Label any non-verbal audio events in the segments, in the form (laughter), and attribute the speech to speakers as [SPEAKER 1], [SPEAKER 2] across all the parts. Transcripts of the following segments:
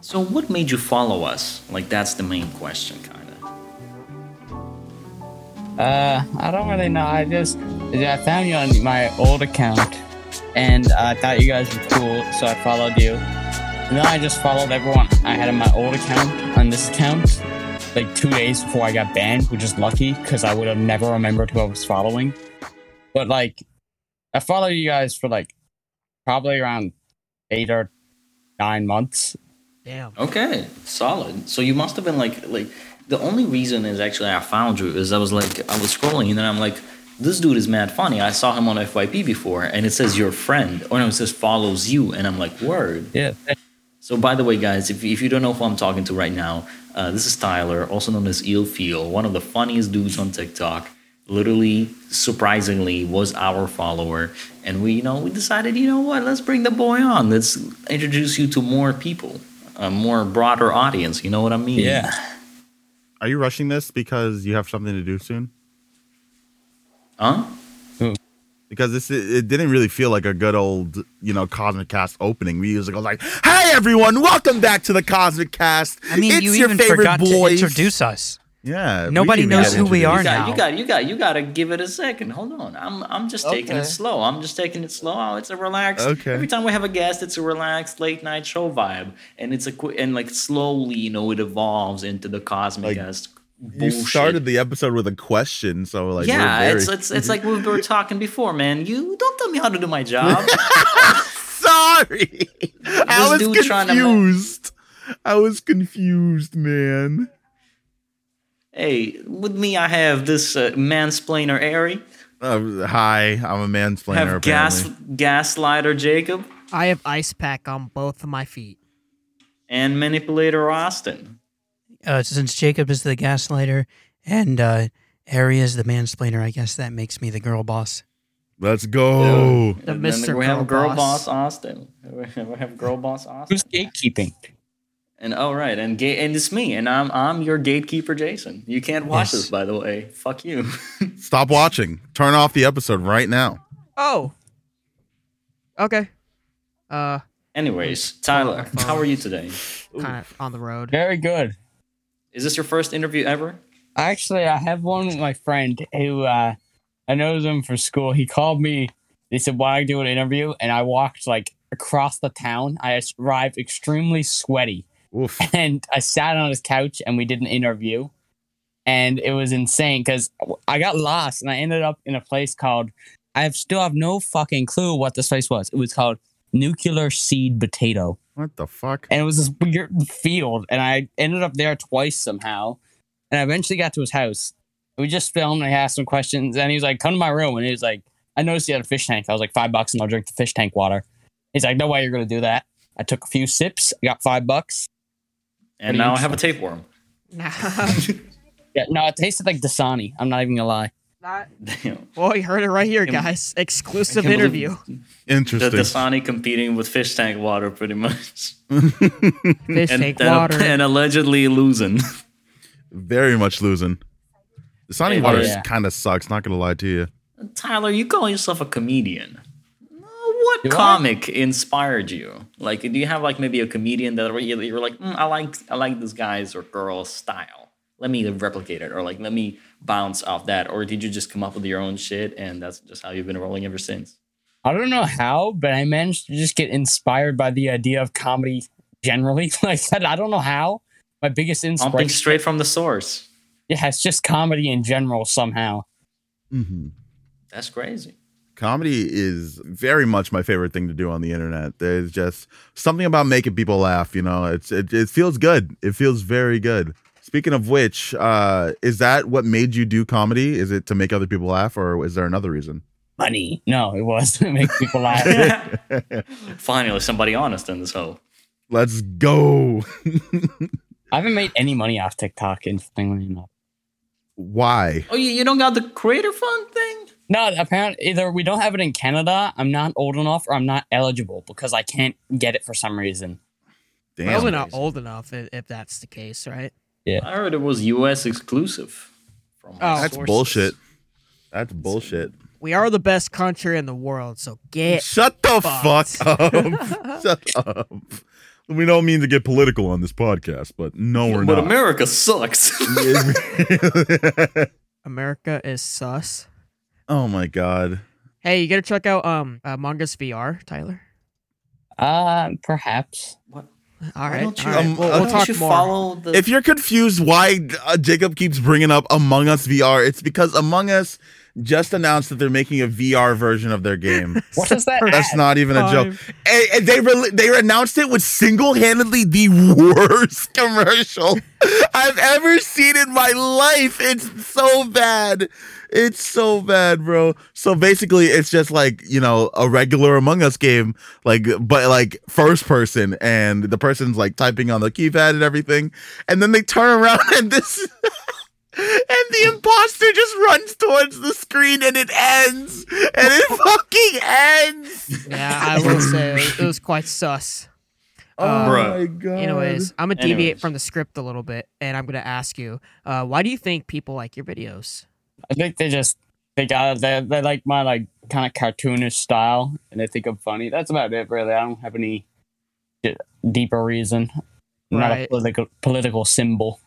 [SPEAKER 1] So what made you follow us? Like that's the main question, kind of.
[SPEAKER 2] Uh, I don't really know. I just I found you on my old account, and I thought you guys were cool, so I followed you. And then I just followed everyone I had on my old account on this account, like two days before I got banned, which is lucky because I would have never remembered who I was following. But like, I followed you guys for like probably around eight or nine months.
[SPEAKER 3] Damn.
[SPEAKER 1] Okay, solid. So you must have been like like the only reason is actually I found you is I was like I was scrolling and then I'm like this dude is mad funny. I saw him on FYP before and it says your friend or no it says follows you and I'm like word.
[SPEAKER 2] Yeah.
[SPEAKER 1] So, by the way, guys, if, if you don't know who I'm talking to right now, uh, this is Tyler, also known as Eel Feel, one of the funniest dudes on TikTok. Literally, surprisingly, was our follower, and we, you know, we decided, you know what, let's bring the boy on. Let's introduce you to more people, a more broader audience. You know what I mean?
[SPEAKER 2] Yeah.
[SPEAKER 4] Are you rushing this because you have something to do soon?
[SPEAKER 1] Huh?
[SPEAKER 4] Because this it didn't really feel like a good old you know Cosmic Cast opening. We usually go like, "Hey everyone, welcome back to the Cosmic Cast."
[SPEAKER 3] I mean,
[SPEAKER 4] it's
[SPEAKER 3] you
[SPEAKER 4] your
[SPEAKER 3] even
[SPEAKER 4] favorite
[SPEAKER 3] forgot
[SPEAKER 4] boys.
[SPEAKER 3] to introduce us.
[SPEAKER 4] yeah, we
[SPEAKER 3] Nobody
[SPEAKER 4] didn't
[SPEAKER 3] knows
[SPEAKER 4] even
[SPEAKER 3] who we
[SPEAKER 4] introduce-
[SPEAKER 3] are.
[SPEAKER 1] You got,
[SPEAKER 3] now.
[SPEAKER 1] you got, you got, you gotta give it a second. Hold on, I'm, I'm just taking it
[SPEAKER 4] Okay.
[SPEAKER 1] slow. I'm just taking it slow. Oh, It's a relaxed.
[SPEAKER 4] Okay.
[SPEAKER 1] Every time we have a guest, it's a relaxed late night show vibe, and it's a quick and like slowly, you know, it evolves into the cosmic
[SPEAKER 4] Like,
[SPEAKER 1] as
[SPEAKER 4] You started the episode with a question, so like, we're
[SPEAKER 1] yeah,
[SPEAKER 4] very-
[SPEAKER 1] it's, it's it's like we were talking before, man. You don't tell me how to do my
[SPEAKER 4] (laughs)
[SPEAKER 1] job.
[SPEAKER 4] (laughs) sorry. I was
[SPEAKER 1] This dude trying to ma-
[SPEAKER 4] confused. I was confused, man.
[SPEAKER 1] hey, with me, I have this uh, mansplainer, Ari.
[SPEAKER 4] Uh, hi, I'm a mansplainer.
[SPEAKER 1] Have gas
[SPEAKER 4] apparently.
[SPEAKER 1] gaslighter, Jacob,
[SPEAKER 3] I have ice pack on both of my feet.
[SPEAKER 1] and manipulator, Austin.
[SPEAKER 5] Uh, since Jacob is the gaslighter and uh, Ari is the mansplainer, I guess that makes me the girl boss.
[SPEAKER 4] Let's go.
[SPEAKER 3] The
[SPEAKER 1] And then
[SPEAKER 3] Mr.
[SPEAKER 1] We have
[SPEAKER 3] Girl
[SPEAKER 1] girl boss.
[SPEAKER 3] Boss.
[SPEAKER 1] Austin. We have girl boss Austin.
[SPEAKER 2] Who's gatekeeping?
[SPEAKER 1] And oh right, and gate and it's me, and I'm I'm your gatekeeper, Jason. You can't watch
[SPEAKER 5] Yes.
[SPEAKER 1] this, by the way. Fuck you. (laughs)
[SPEAKER 4] Stop watching. Turn off the episode right now.
[SPEAKER 3] Oh. Okay. Uh,
[SPEAKER 1] Anyways, Tyler, how are you today?
[SPEAKER 3] kind of on the road.
[SPEAKER 2] Very good.
[SPEAKER 1] Is this your first interview ever?
[SPEAKER 2] Actually, I have one with my friend who uh, I knows him from school. He called me. They said, "Why do an interview?" And I walked like across the town. I arrived extremely sweaty, (laughs)
[SPEAKER 4] Oof.
[SPEAKER 2] and I sat on his couch and we did an interview. And it was insane because I got lost and I ended up in a place called I have still have no fucking clue what this place was. It was called Nuclear Seed Potato
[SPEAKER 4] What the fuck?
[SPEAKER 2] and it was this weird field and i ended up there twice somehow and i eventually got to his house we just filmed and i asked him questions and he was like come to my room and he was like i noticed he had a fish tank i was like five bucks and i'll drink the fish tank water he's like no way you're gonna do that i took a few sips i got five bucks
[SPEAKER 1] And
[SPEAKER 2] What do you
[SPEAKER 1] now I have a tapeworm.
[SPEAKER 3] Nah. (laughs)
[SPEAKER 2] yeah no it tasted like dasani i'm not even gonna lie
[SPEAKER 3] Not.
[SPEAKER 1] (laughs) Damn.
[SPEAKER 3] Well, you heard it right here, guys. Exclusive
[SPEAKER 1] I can't
[SPEAKER 3] interview.
[SPEAKER 1] The
[SPEAKER 4] Interesting.
[SPEAKER 1] Dasani competing with fish tank water, pretty much,
[SPEAKER 3] (laughs) Fish
[SPEAKER 1] and
[SPEAKER 3] tank
[SPEAKER 1] and-
[SPEAKER 3] water.
[SPEAKER 1] (laughs) and allegedly losing.
[SPEAKER 4] Very much losing. The Sonic
[SPEAKER 1] Hey,
[SPEAKER 4] Water
[SPEAKER 2] yeah.
[SPEAKER 4] kind of sucks. Not gonna lie to you.
[SPEAKER 1] Tyler, you call yourself a comedian. Uh, What
[SPEAKER 2] Do I?
[SPEAKER 1] comic inspired you? Like, do you have like maybe a comedian that you- you're like, mm, I like I like this guy's or girl's style. Let me replicate it, or like let me bounce off that. Or did you just come up with your own shit and that's just how you've been rolling ever since?
[SPEAKER 2] i don't know how but i managed to just get inspired by the idea of comedy generally (laughs) like i don't know how my biggest
[SPEAKER 1] Something
[SPEAKER 2] inspiration
[SPEAKER 1] straight from the source.
[SPEAKER 2] yeah it's just comedy in general somehow
[SPEAKER 4] Mhm.
[SPEAKER 1] That's crazy. (laughs)
[SPEAKER 4] Comedy is very much my favorite thing to do on the internet. There's just something about making people laugh. You know, it's it, it feels good. It feels very good. Speaking of which, uh, is that what made you do comedy? Is it to make other people laugh, or is there another reason?
[SPEAKER 2] money. No, it was to (laughs) make
[SPEAKER 1] (laughs)
[SPEAKER 2] people laugh.
[SPEAKER 1] Finally, somebody honest in this hole.
[SPEAKER 4] Let's go. (laughs)
[SPEAKER 2] I haven't made any money off TikTok, interestingly enough.
[SPEAKER 4] Why?
[SPEAKER 1] Oh, you, you don't got the creator fund thing?
[SPEAKER 2] No, apparently either we don't have it in Canada, I'm not old enough, or I'm not eligible because I can't get it for some reason.
[SPEAKER 4] Damn.
[SPEAKER 3] Probably not old enough if, if that's the case, right?
[SPEAKER 1] I heard it was U.S. exclusive. From my
[SPEAKER 3] Oh.
[SPEAKER 4] That's
[SPEAKER 1] sources.
[SPEAKER 4] bullshit. That's bullshit.
[SPEAKER 3] We are the best country in the world, so get
[SPEAKER 4] Shut the (laughs)
[SPEAKER 3] fucked.
[SPEAKER 4] fuck up. Shut up. We don't mean to get political on this podcast, but no, we're
[SPEAKER 1] but
[SPEAKER 4] not. (laughs)
[SPEAKER 1] America sucks. (laughs)
[SPEAKER 3] America is sus.
[SPEAKER 4] oh my god.
[SPEAKER 3] Hey, you gotta check out um Among Us VR, Tyler.
[SPEAKER 2] Uh, perhaps.
[SPEAKER 3] All
[SPEAKER 1] Why
[SPEAKER 3] right,
[SPEAKER 1] don't you,
[SPEAKER 3] all right,
[SPEAKER 4] Um,
[SPEAKER 3] we'll,
[SPEAKER 4] uh,
[SPEAKER 3] we'll
[SPEAKER 1] why don't
[SPEAKER 3] talk
[SPEAKER 1] you
[SPEAKER 3] more.
[SPEAKER 1] follow the
[SPEAKER 4] If you're confused why uh, Jacob keeps bringing up Among Us VR, it's because Among Us just announced that they're making a VR version of their game.
[SPEAKER 2] What is that?
[SPEAKER 4] That's
[SPEAKER 2] ad?
[SPEAKER 4] not even a joke. And, and they rel they announced it with single-handedly the (laughs) worst commercial I've ever seen in my life. It's so bad. It's so bad, bro. So basically, it's just like you know a regular Among Us game, like but like first person, and the person's like typing on the keypad and everything, and then they turn around and this. (laughs) And the imposter just runs towards the screen and it ends. And it fucking ends.
[SPEAKER 3] (laughs) Yeah, I will
[SPEAKER 1] (laughs)
[SPEAKER 3] say it was, it was quite sus.
[SPEAKER 4] Oh
[SPEAKER 3] Uh,
[SPEAKER 4] my god.
[SPEAKER 3] Anyways,
[SPEAKER 1] Um,
[SPEAKER 3] I'm gonna deviate
[SPEAKER 2] Anyways.
[SPEAKER 3] from the script a little bit, and I'm gonna ask you, uh, why do you think people like your videos?
[SPEAKER 2] I think they just they got they they like my like kind of cartoonish style, and they think I'm funny. That's about it, really. I don't have any d- deeper reason. I'm Not a
[SPEAKER 3] Right.
[SPEAKER 2] political political symbol.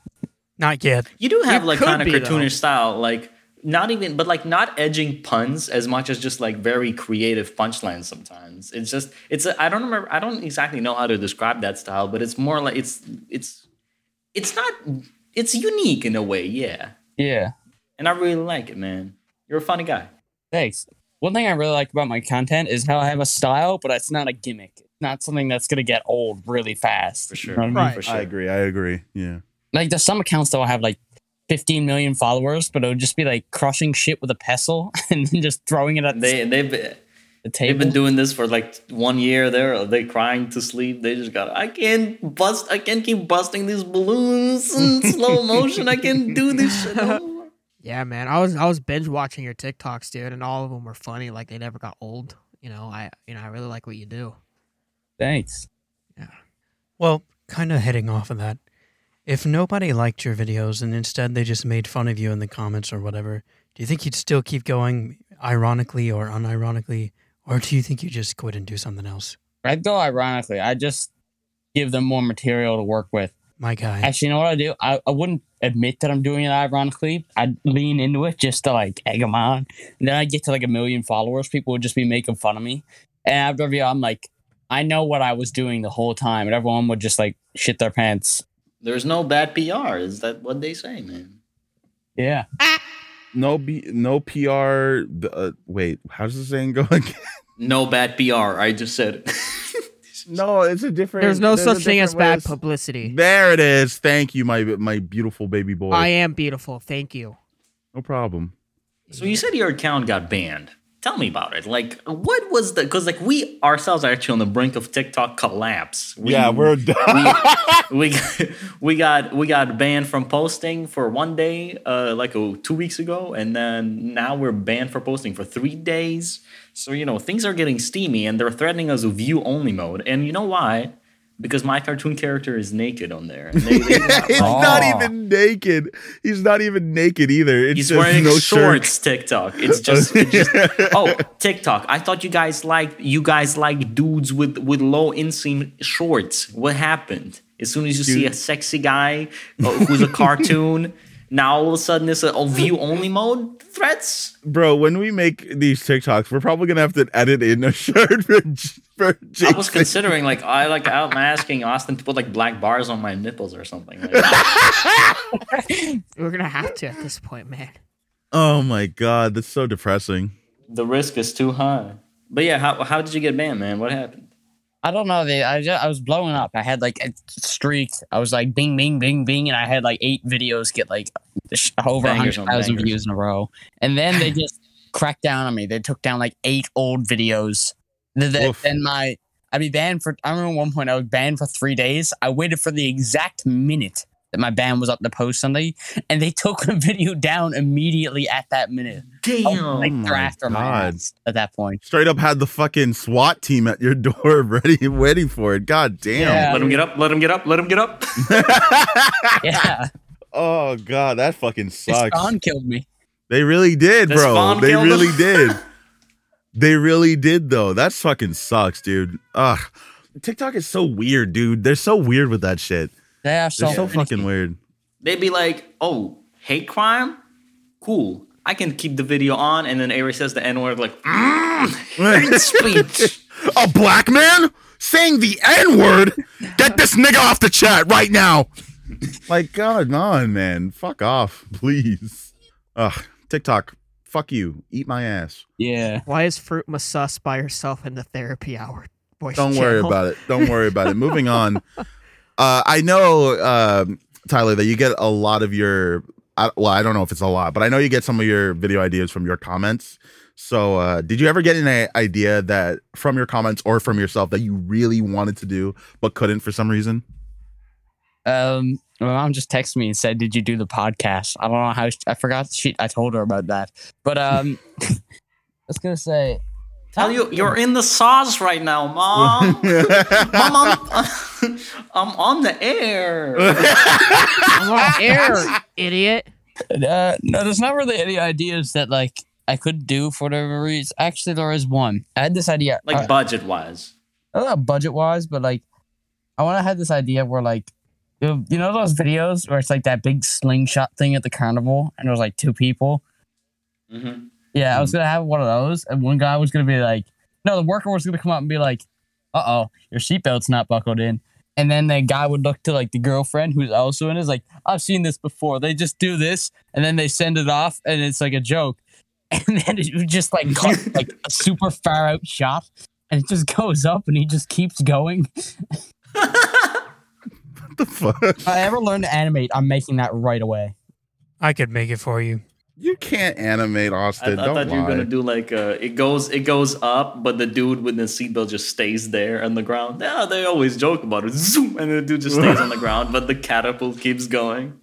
[SPEAKER 5] Not yet.
[SPEAKER 1] You do have
[SPEAKER 3] You
[SPEAKER 1] like
[SPEAKER 3] could
[SPEAKER 1] kind of
[SPEAKER 3] be, though.
[SPEAKER 1] cartoonish style, like not even, but like not edging puns as much as just like very creative punchlines. Sometimes it's just it's a, I don't remember I don't exactly know how to describe that style, but it's more like it's it's it's not it's unique in a way, yeah.
[SPEAKER 2] Yeah.
[SPEAKER 1] And I really like it, man. You're a funny guy.
[SPEAKER 2] Thanks. One thing I really like about my content is how I have a style, but it's not a gimmick. It's not something that's gonna get old really fast.
[SPEAKER 1] For sure.
[SPEAKER 2] You know what I mean?
[SPEAKER 3] Right.
[SPEAKER 1] For sure.
[SPEAKER 4] I agree. I agree. Yeah.
[SPEAKER 2] Like there's some accounts that'll have like 15 million followers, but it'll just be like crushing shit with a pestle (laughs) and then just throwing it at
[SPEAKER 1] They they've
[SPEAKER 2] the
[SPEAKER 1] they've
[SPEAKER 2] table.
[SPEAKER 1] been doing this for like one year. They're they crying to sleep. They just got I can't bust I can't keep busting these balloons (laughs) in slow motion. I can't do this shit. (laughs) no more."
[SPEAKER 3] Yeah, man, I was I was binge watching your TikToks, dude, and all of them were funny. Like they never got old. You know, I you know I really like what you do.
[SPEAKER 2] Thanks.
[SPEAKER 5] Well, kind of heading off of that. If nobody liked your videos and instead they just made fun of you in the comments or whatever, do you think you'd still keep going, ironically or unironically, or do you think you just quit and do something else?
[SPEAKER 2] I'd go ironically. I just give them more material to work with.
[SPEAKER 5] My guy.
[SPEAKER 2] Actually, you know what I do? I, I wouldn't admit that I'm doing it ironically. I'd lean into it just to like egg them on. And then I get to like a million followers. People would just be making fun of me. And after a video, I'm like, I know what I was doing the whole time. And everyone would just like shit their pants.
[SPEAKER 1] There's no bad PR. Is that what they say, man?
[SPEAKER 2] Yeah.
[SPEAKER 4] No B, no PR. Uh, wait, how's the saying go (laughs) again?
[SPEAKER 1] No bad PR. I just said it. (laughs)
[SPEAKER 4] No, it's a different.
[SPEAKER 3] There's no such thing as bad
[SPEAKER 4] publicity.
[SPEAKER 3] publicity.
[SPEAKER 4] There it is. Thank you, my my beautiful baby boy.
[SPEAKER 3] I am beautiful. Thank you.
[SPEAKER 4] no problem.
[SPEAKER 1] so you said your account got banned. Tell me about it. Like, what was the? Because like we ourselves are actually on the brink of TikTok collapse. We,
[SPEAKER 4] yeah, we're (laughs) done.
[SPEAKER 1] we we got we got banned from posting for one day, uh, like oh, two weeks ago, and then now we're banned for posting for three days. So you know things are getting steamy, and they're threatening us with view only mode. And you know why? Because my cartoon character is naked on there. And they, they
[SPEAKER 4] He's not even naked. He's not even naked either. It's
[SPEAKER 1] He's
[SPEAKER 4] just
[SPEAKER 1] wearing
[SPEAKER 4] no
[SPEAKER 1] shorts. TikTok. It's just, it's just oh TikTok. I thought you guys like you guys like dudes with with low inseam shorts. What happened? As soon as you see a sexy guy uh, who's a cartoon, (laughs) now all of a sudden it's a oh, view only mode threats.
[SPEAKER 4] Shirt. Bro, when we make these TikToks, we're probably gonna have to edit in a (laughs) shirt for, J- for
[SPEAKER 1] I was
[SPEAKER 4] Jason.
[SPEAKER 1] considering like I like I'm asking Austin to put like black bars on my nipples or something. Like, (laughs) that.
[SPEAKER 3] We're gonna have to at this point, man.
[SPEAKER 4] Oh my god, that's so depressing.
[SPEAKER 1] the risk is too high. But yeah, how how did you get banned, man? What happened?
[SPEAKER 2] I don't know. They, I, just, I was blowing up. I had like a streak. I was like bing, bing, bing, bing, and I had like eight videos get like sh- over
[SPEAKER 1] Bangers on
[SPEAKER 2] 100,000
[SPEAKER 1] bangers.
[SPEAKER 2] views in a row. And then they just cracked down on me. They took down like eight old videos. Then, then,
[SPEAKER 4] Woof.
[SPEAKER 2] then my, I'd be banned for, I remember at one point I was banned for three days. I waited for the exact minute that my ban was up to post something, and they took the video down immediately at that minute. Oh,
[SPEAKER 1] Damn.
[SPEAKER 2] Like they're
[SPEAKER 4] my
[SPEAKER 2] after my
[SPEAKER 4] God.
[SPEAKER 2] ass at that
[SPEAKER 4] (laughs)
[SPEAKER 2] point.
[SPEAKER 4] Straight up had the fucking SWAT team at your (laughs) door ready waiting for it. God damn.
[SPEAKER 2] Yeah.
[SPEAKER 1] Let him get up. Let him get up. Let him get up.
[SPEAKER 2] Yeah.
[SPEAKER 4] Oh god, that fucking sucks.
[SPEAKER 2] Spawn killed me.
[SPEAKER 4] They really did,
[SPEAKER 1] Does
[SPEAKER 4] bro.
[SPEAKER 1] Spawn
[SPEAKER 4] They
[SPEAKER 1] kill them? (laughs)
[SPEAKER 4] really did. They really did though. That fucking sucks, dude. Ugh. TikTok is so weird, dude. They're so weird with that shit.
[SPEAKER 2] They are
[SPEAKER 4] They're
[SPEAKER 2] so,
[SPEAKER 4] so fucking weird.
[SPEAKER 1] They'd be like, "Oh, hate crime, cool. I can keep the video on." And then Ari says the N word, like, mm,
[SPEAKER 4] (laughs)
[SPEAKER 1] hate speech.
[SPEAKER 4] A black man saying the N word? Get this nigga off the chat right now. Like, God, on, man. Fuck off, (laughs) please. Ugh, TikTok, fuck you. Eat my ass.
[SPEAKER 2] Yeah.
[SPEAKER 3] Why is Fruit Masus by herself in the therapy hour?
[SPEAKER 4] (laughs)
[SPEAKER 3] Voice
[SPEAKER 4] Don't worry
[SPEAKER 3] channel?
[SPEAKER 4] about it. Don't worry about it. Moving on. Uh, I know, um Tyler, that you get a lot of your. I, well, I don't know if it's a lot, but I know you get some of your video ideas from your comments. So, uh, did you ever get an i- idea that from your comments or from yourself that you really wanted to do but couldn't for some reason? (laughs)
[SPEAKER 2] Um, my mom just texted me and said, "Did you do the podcast?" I don't know how. She, I forgot. She. I told her about that. But um, (laughs) I was gonna say.
[SPEAKER 1] Tell you, you're in the sauce right now,
[SPEAKER 4] (laughs)
[SPEAKER 1] mom. mom, I'm, (laughs) I'm on the air.
[SPEAKER 4] (laughs)
[SPEAKER 3] I'm on (laughs) air, idiot.
[SPEAKER 2] Uh, no, there's not really any ideas that like I could do for whatever reason. Actually, there is one. I had this idea,
[SPEAKER 1] Like
[SPEAKER 2] uh,
[SPEAKER 1] budget wise.
[SPEAKER 2] I don't know budget wise, but like I want to have this idea where like you you know those videos where it's like that big slingshot thing at the carnival, and there's like two people.
[SPEAKER 1] Mhm.
[SPEAKER 2] Yeah, I was gonna have one of those, and one guy was gonna be like, "No, the worker was gonna come up and be like, uh oh, your seatbelt's not buckled in." And then the guy would look to like the girlfriend who's also in, it, is like, "I've seen this before. They just do this, and then they send it off, and it's like a joke." (laughs) And then it would just like cut, (laughs) like a super far out shot, and it just goes up, and he just keeps going.
[SPEAKER 4] What the fuck?
[SPEAKER 2] If I ever learn to animate, I'm making that right away.
[SPEAKER 5] I could make it for you.
[SPEAKER 4] You can't animate
[SPEAKER 1] I, I
[SPEAKER 4] Austin.
[SPEAKER 1] thought
[SPEAKER 4] don't lie.
[SPEAKER 1] you were gonna do like uh, it goes it goes up, but the dude with the seatbelt just stays there on the ground. Yeah, they always joke about it. Zoom, and the dude just stays
[SPEAKER 4] (laughs)
[SPEAKER 1] on the ground, but the catapult keeps going.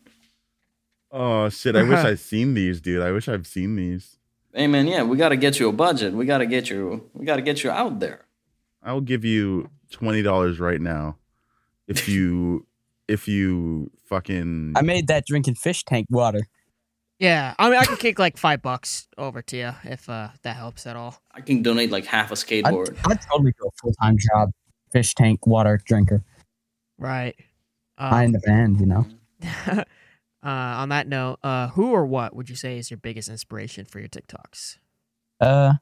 [SPEAKER 4] oh shit! I wish I'd seen these, dude. I wish I've seen these.
[SPEAKER 1] Hey man, yeah, we gotta get you a budget. We gotta get you. We gotta get you out there.
[SPEAKER 4] I'll give you twenty dollars right now if you if you fucking.
[SPEAKER 2] I made that drinking fish tank water.
[SPEAKER 3] Yeah, I mean, I can kick like five bucks over to you if uh, that helps at all.
[SPEAKER 1] I can donate like half a
[SPEAKER 2] I'd,
[SPEAKER 1] skateboard.
[SPEAKER 2] I'd totally do a full time job, fish tank water drinker.
[SPEAKER 3] Right.
[SPEAKER 2] I in
[SPEAKER 3] Um,
[SPEAKER 2] the band, you know.
[SPEAKER 3] (laughs) uh, on that note, uh, who or what would you say is your biggest inspiration for your TikToks?
[SPEAKER 2] Uh,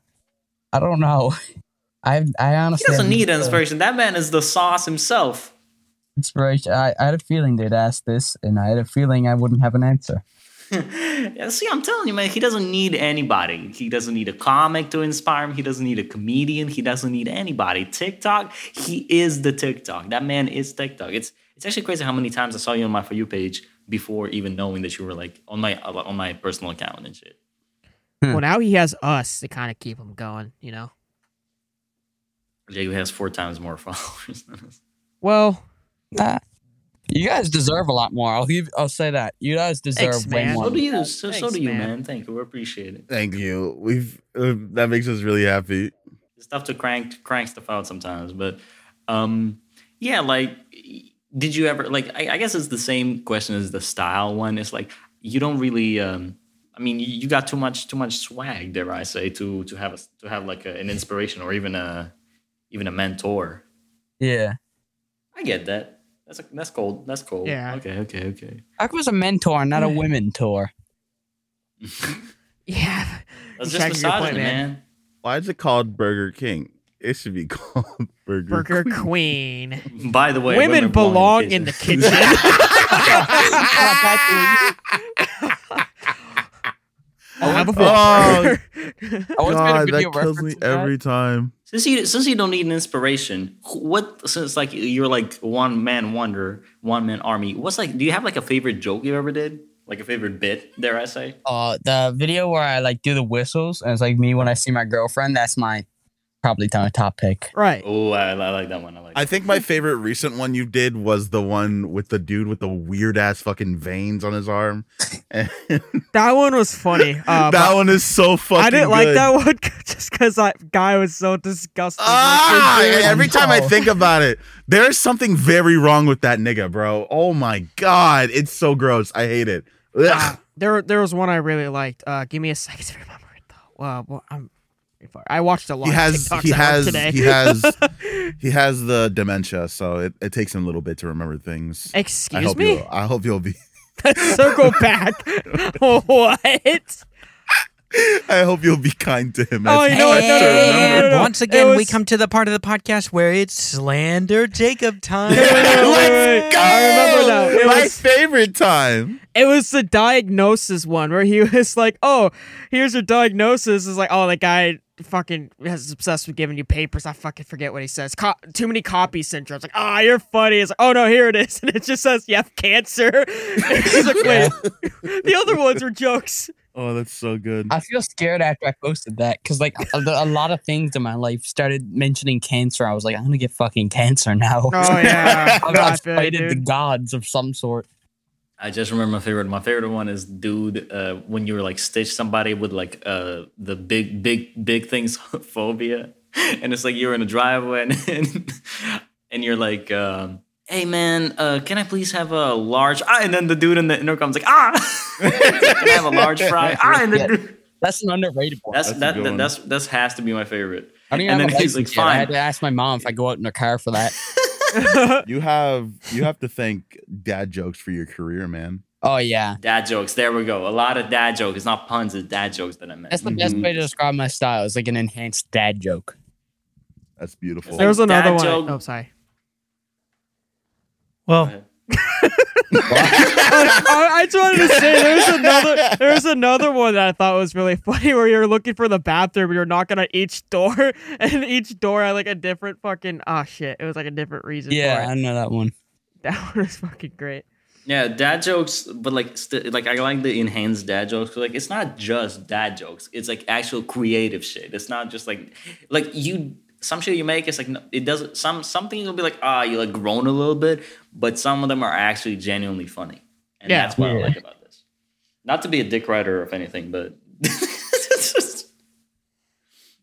[SPEAKER 2] I don't know. (laughs) I I
[SPEAKER 1] He
[SPEAKER 2] honestly
[SPEAKER 1] doesn't
[SPEAKER 2] have
[SPEAKER 1] need
[SPEAKER 2] no
[SPEAKER 1] inspiration. That man is the sauce himself. (laughs)
[SPEAKER 2] Inspiration. I, I had a feeling they'd ask this, and I had a feeling I wouldn't have an answer.
[SPEAKER 1] Yeah, See, I'm telling you, man, he doesn't need anybody. He doesn't need a comic to inspire him. He doesn't need a comedian. He doesn't need anybody. TikTok, he is the TikTok. That man is TikTok. It's it's actually crazy how many times I saw you on my for you page before even knowing that you were like on my on my personal account and shit.
[SPEAKER 2] Hmm.
[SPEAKER 3] Well, now he has us to kind of keep him going, you know.
[SPEAKER 1] Jay has four times more (laughs) followers than us.
[SPEAKER 3] Well, (laughs)
[SPEAKER 2] Nah. You guys deserve a lot more. I'll give, I'll say that. You guys deserve
[SPEAKER 3] Thanks,
[SPEAKER 2] way
[SPEAKER 3] man.
[SPEAKER 1] So
[SPEAKER 2] more.
[SPEAKER 1] do you. So, so
[SPEAKER 3] Thanks,
[SPEAKER 1] do you, man.
[SPEAKER 3] man.
[SPEAKER 1] Thank you. We appreciate it.
[SPEAKER 4] Thank you. We've uh, that makes us really happy.
[SPEAKER 1] it's tough to crank crank stuff out sometimes but um yeah like did you ever like I, I guess it's the same question as the style one it's like you don't really um i mean you, you got too much too much swag dare i say to to have a to have like a, an inspiration or even a even a mentor
[SPEAKER 2] Yeah.
[SPEAKER 1] i get that that's a, that's cold that's cold
[SPEAKER 3] Yeah.
[SPEAKER 1] okay okay okay
[SPEAKER 2] I was a mentor, not a women
[SPEAKER 4] (laughs)
[SPEAKER 2] tour.
[SPEAKER 3] yeah.
[SPEAKER 1] that's just
[SPEAKER 3] You checked your point,
[SPEAKER 1] misogyny
[SPEAKER 3] man.
[SPEAKER 1] man
[SPEAKER 4] Why is it called Burger King? It should be (laughs) called Burger.
[SPEAKER 3] Burger
[SPEAKER 4] Queen.
[SPEAKER 3] Queen.
[SPEAKER 1] by the way
[SPEAKER 3] Women, belong in the kitchen. I'll have a
[SPEAKER 4] Oh,
[SPEAKER 3] whopper.
[SPEAKER 2] (laughs) I once made a
[SPEAKER 4] God,
[SPEAKER 2] video
[SPEAKER 4] that kills
[SPEAKER 2] reference
[SPEAKER 4] me
[SPEAKER 2] to that.
[SPEAKER 4] every time.
[SPEAKER 1] Since you since you don't need an inspiration, wh- what since like you're like one man wonder, one man army. What's like? Do you have like a favorite joke you ever did? Like a favorite bit? Dare I say?
[SPEAKER 2] uh the video where I like do the whistles and it's like me when I see my girlfriend, that's my probably t- top pick.
[SPEAKER 3] (laughs) right.
[SPEAKER 1] Oh, I, I like that one. I like.
[SPEAKER 4] I
[SPEAKER 1] that
[SPEAKER 4] think my favorite recent one you did was the one with the dude with the weird ass fucking veins on his arm. And
[SPEAKER 3] That one
[SPEAKER 4] (laughs)
[SPEAKER 3] was funny. Uh, but
[SPEAKER 4] that one is so fucking.
[SPEAKER 3] I didn't like
[SPEAKER 4] good.
[SPEAKER 3] that one (laughs) just because that guy was so disgusted.
[SPEAKER 4] Ah,
[SPEAKER 3] Like, Oh. dude,
[SPEAKER 4] every time I
[SPEAKER 2] No.
[SPEAKER 4] think about it, there's something very wrong with that nigga, bro. Oh my god, it's so gross. I hate it. Ugh. (laughs)
[SPEAKER 3] Ah, uh, there, there was one I really liked. Uh, give me a second to remember it though. Uh, well, I'm, very far. I watched a lot.
[SPEAKER 4] He has,
[SPEAKER 3] of TikToks
[SPEAKER 4] he
[SPEAKER 3] at work
[SPEAKER 4] has,
[SPEAKER 3] today.
[SPEAKER 4] he has, he has the dementia, so it, it takes him a little bit to remember things. I
[SPEAKER 3] (laughs) Excuse
[SPEAKER 4] hope
[SPEAKER 3] me.
[SPEAKER 4] You'll, I hope you'll be. (laughs)
[SPEAKER 3] (laughs) Circle back. what?
[SPEAKER 4] I hope you'll be kind to him.
[SPEAKER 3] Oh,
[SPEAKER 4] as
[SPEAKER 3] you
[SPEAKER 4] he (laughs)
[SPEAKER 3] know what?
[SPEAKER 4] tries
[SPEAKER 3] No,
[SPEAKER 4] to
[SPEAKER 3] no, no, no, no,
[SPEAKER 4] remember.
[SPEAKER 3] no, no.
[SPEAKER 5] Once again,
[SPEAKER 3] It
[SPEAKER 5] we
[SPEAKER 3] was-
[SPEAKER 5] come to the part of the podcast where it's slander
[SPEAKER 3] (laughs)
[SPEAKER 5] Jacob time.
[SPEAKER 4] Let's go!
[SPEAKER 3] I remember now. It
[SPEAKER 4] My
[SPEAKER 3] was-
[SPEAKER 4] favorite time.
[SPEAKER 3] It was the diagnosis one where he (laughs) was like, "Oh, here's your diagnosis." It's like, "Oh, that guy fucking is obsessed with giving you papers." I fucking forget what he says. Co- too many copies syndrome. It's like, "Ah, you're funny." It's like, "Oh no, here it is," (laughs) and it just says, "You have cancer." (laughs) It's like, wait, (laughs) the other ones were jokes.
[SPEAKER 4] Oh, that's so good.
[SPEAKER 2] I feel scared after I posted that because like a, a lot of things in my life started mentioning cancer. I was like, I'm gonna get fucking cancer now. (laughs)
[SPEAKER 3] Oh yeah,
[SPEAKER 2] I've
[SPEAKER 3] I feel you,
[SPEAKER 2] outfighted the
[SPEAKER 3] dude.
[SPEAKER 2] gods of some sort.
[SPEAKER 1] I just remember my favorite. My favorite one is dude uh, when you were like stitch somebody with like uh, the big big big things (laughs) phobia, and it's like you're in a driveway and (laughs) and, and you're like, um, hey man, uh, can I please have a large? Ah, and then the dude in the intercom's like, ah, (laughs) It's like, can I have a large
[SPEAKER 4] (laughs)
[SPEAKER 1] fry? Ah, and the
[SPEAKER 2] Yeah.
[SPEAKER 1] dude.
[SPEAKER 2] That's an underrated one.
[SPEAKER 1] That's
[SPEAKER 4] That's a
[SPEAKER 1] that,
[SPEAKER 4] good
[SPEAKER 1] that
[SPEAKER 4] one.
[SPEAKER 1] that's that's has to be my favorite.
[SPEAKER 2] I don't even
[SPEAKER 1] and
[SPEAKER 2] have
[SPEAKER 1] then
[SPEAKER 2] a
[SPEAKER 1] he's like,
[SPEAKER 2] license yet. I
[SPEAKER 1] fine.
[SPEAKER 2] had to ask my mom if I go out in her car for that.
[SPEAKER 4] You have you have to thank dad jokes for your career, man.
[SPEAKER 2] Oh yeah,
[SPEAKER 1] Dad jokes. There we go. A lot of dad jokes. It's not puns. It's dad jokes that I meant.
[SPEAKER 2] that's the best way to describe my style. It's like an enhanced dad joke.
[SPEAKER 4] That's beautiful.
[SPEAKER 3] There was another
[SPEAKER 1] Dad
[SPEAKER 3] one.
[SPEAKER 1] joke.
[SPEAKER 3] Oh, sorry.
[SPEAKER 5] Well,
[SPEAKER 3] I, I just wanted to
[SPEAKER 1] (laughs)
[SPEAKER 3] say there's another there's another one that I thought was really (laughs) funny where you're looking for the bathroom, you're knocking on each door, (laughs) and each door had like a different fucking ah shit. It was like a different reason
[SPEAKER 2] Yeah,
[SPEAKER 3] for
[SPEAKER 2] I
[SPEAKER 3] it. (laughs)
[SPEAKER 2] know that one.
[SPEAKER 3] That one was fucking great.
[SPEAKER 1] Yeah, dad jokes, but like, st- like I like the enhanced dad jokes. 'cause, Like, it's not just dad jokes. It's like actual creative shit. It's not just like, like you some shit you make. It's like no- it doesn't. Some something you'll be like, ah, you like grown a little bit, but some of them are actually genuinely funny, and
[SPEAKER 3] Yeah.
[SPEAKER 1] that's what I
[SPEAKER 2] Yeah.
[SPEAKER 1] like about this. Not to be a dick writer or anything, but (laughs) it's just-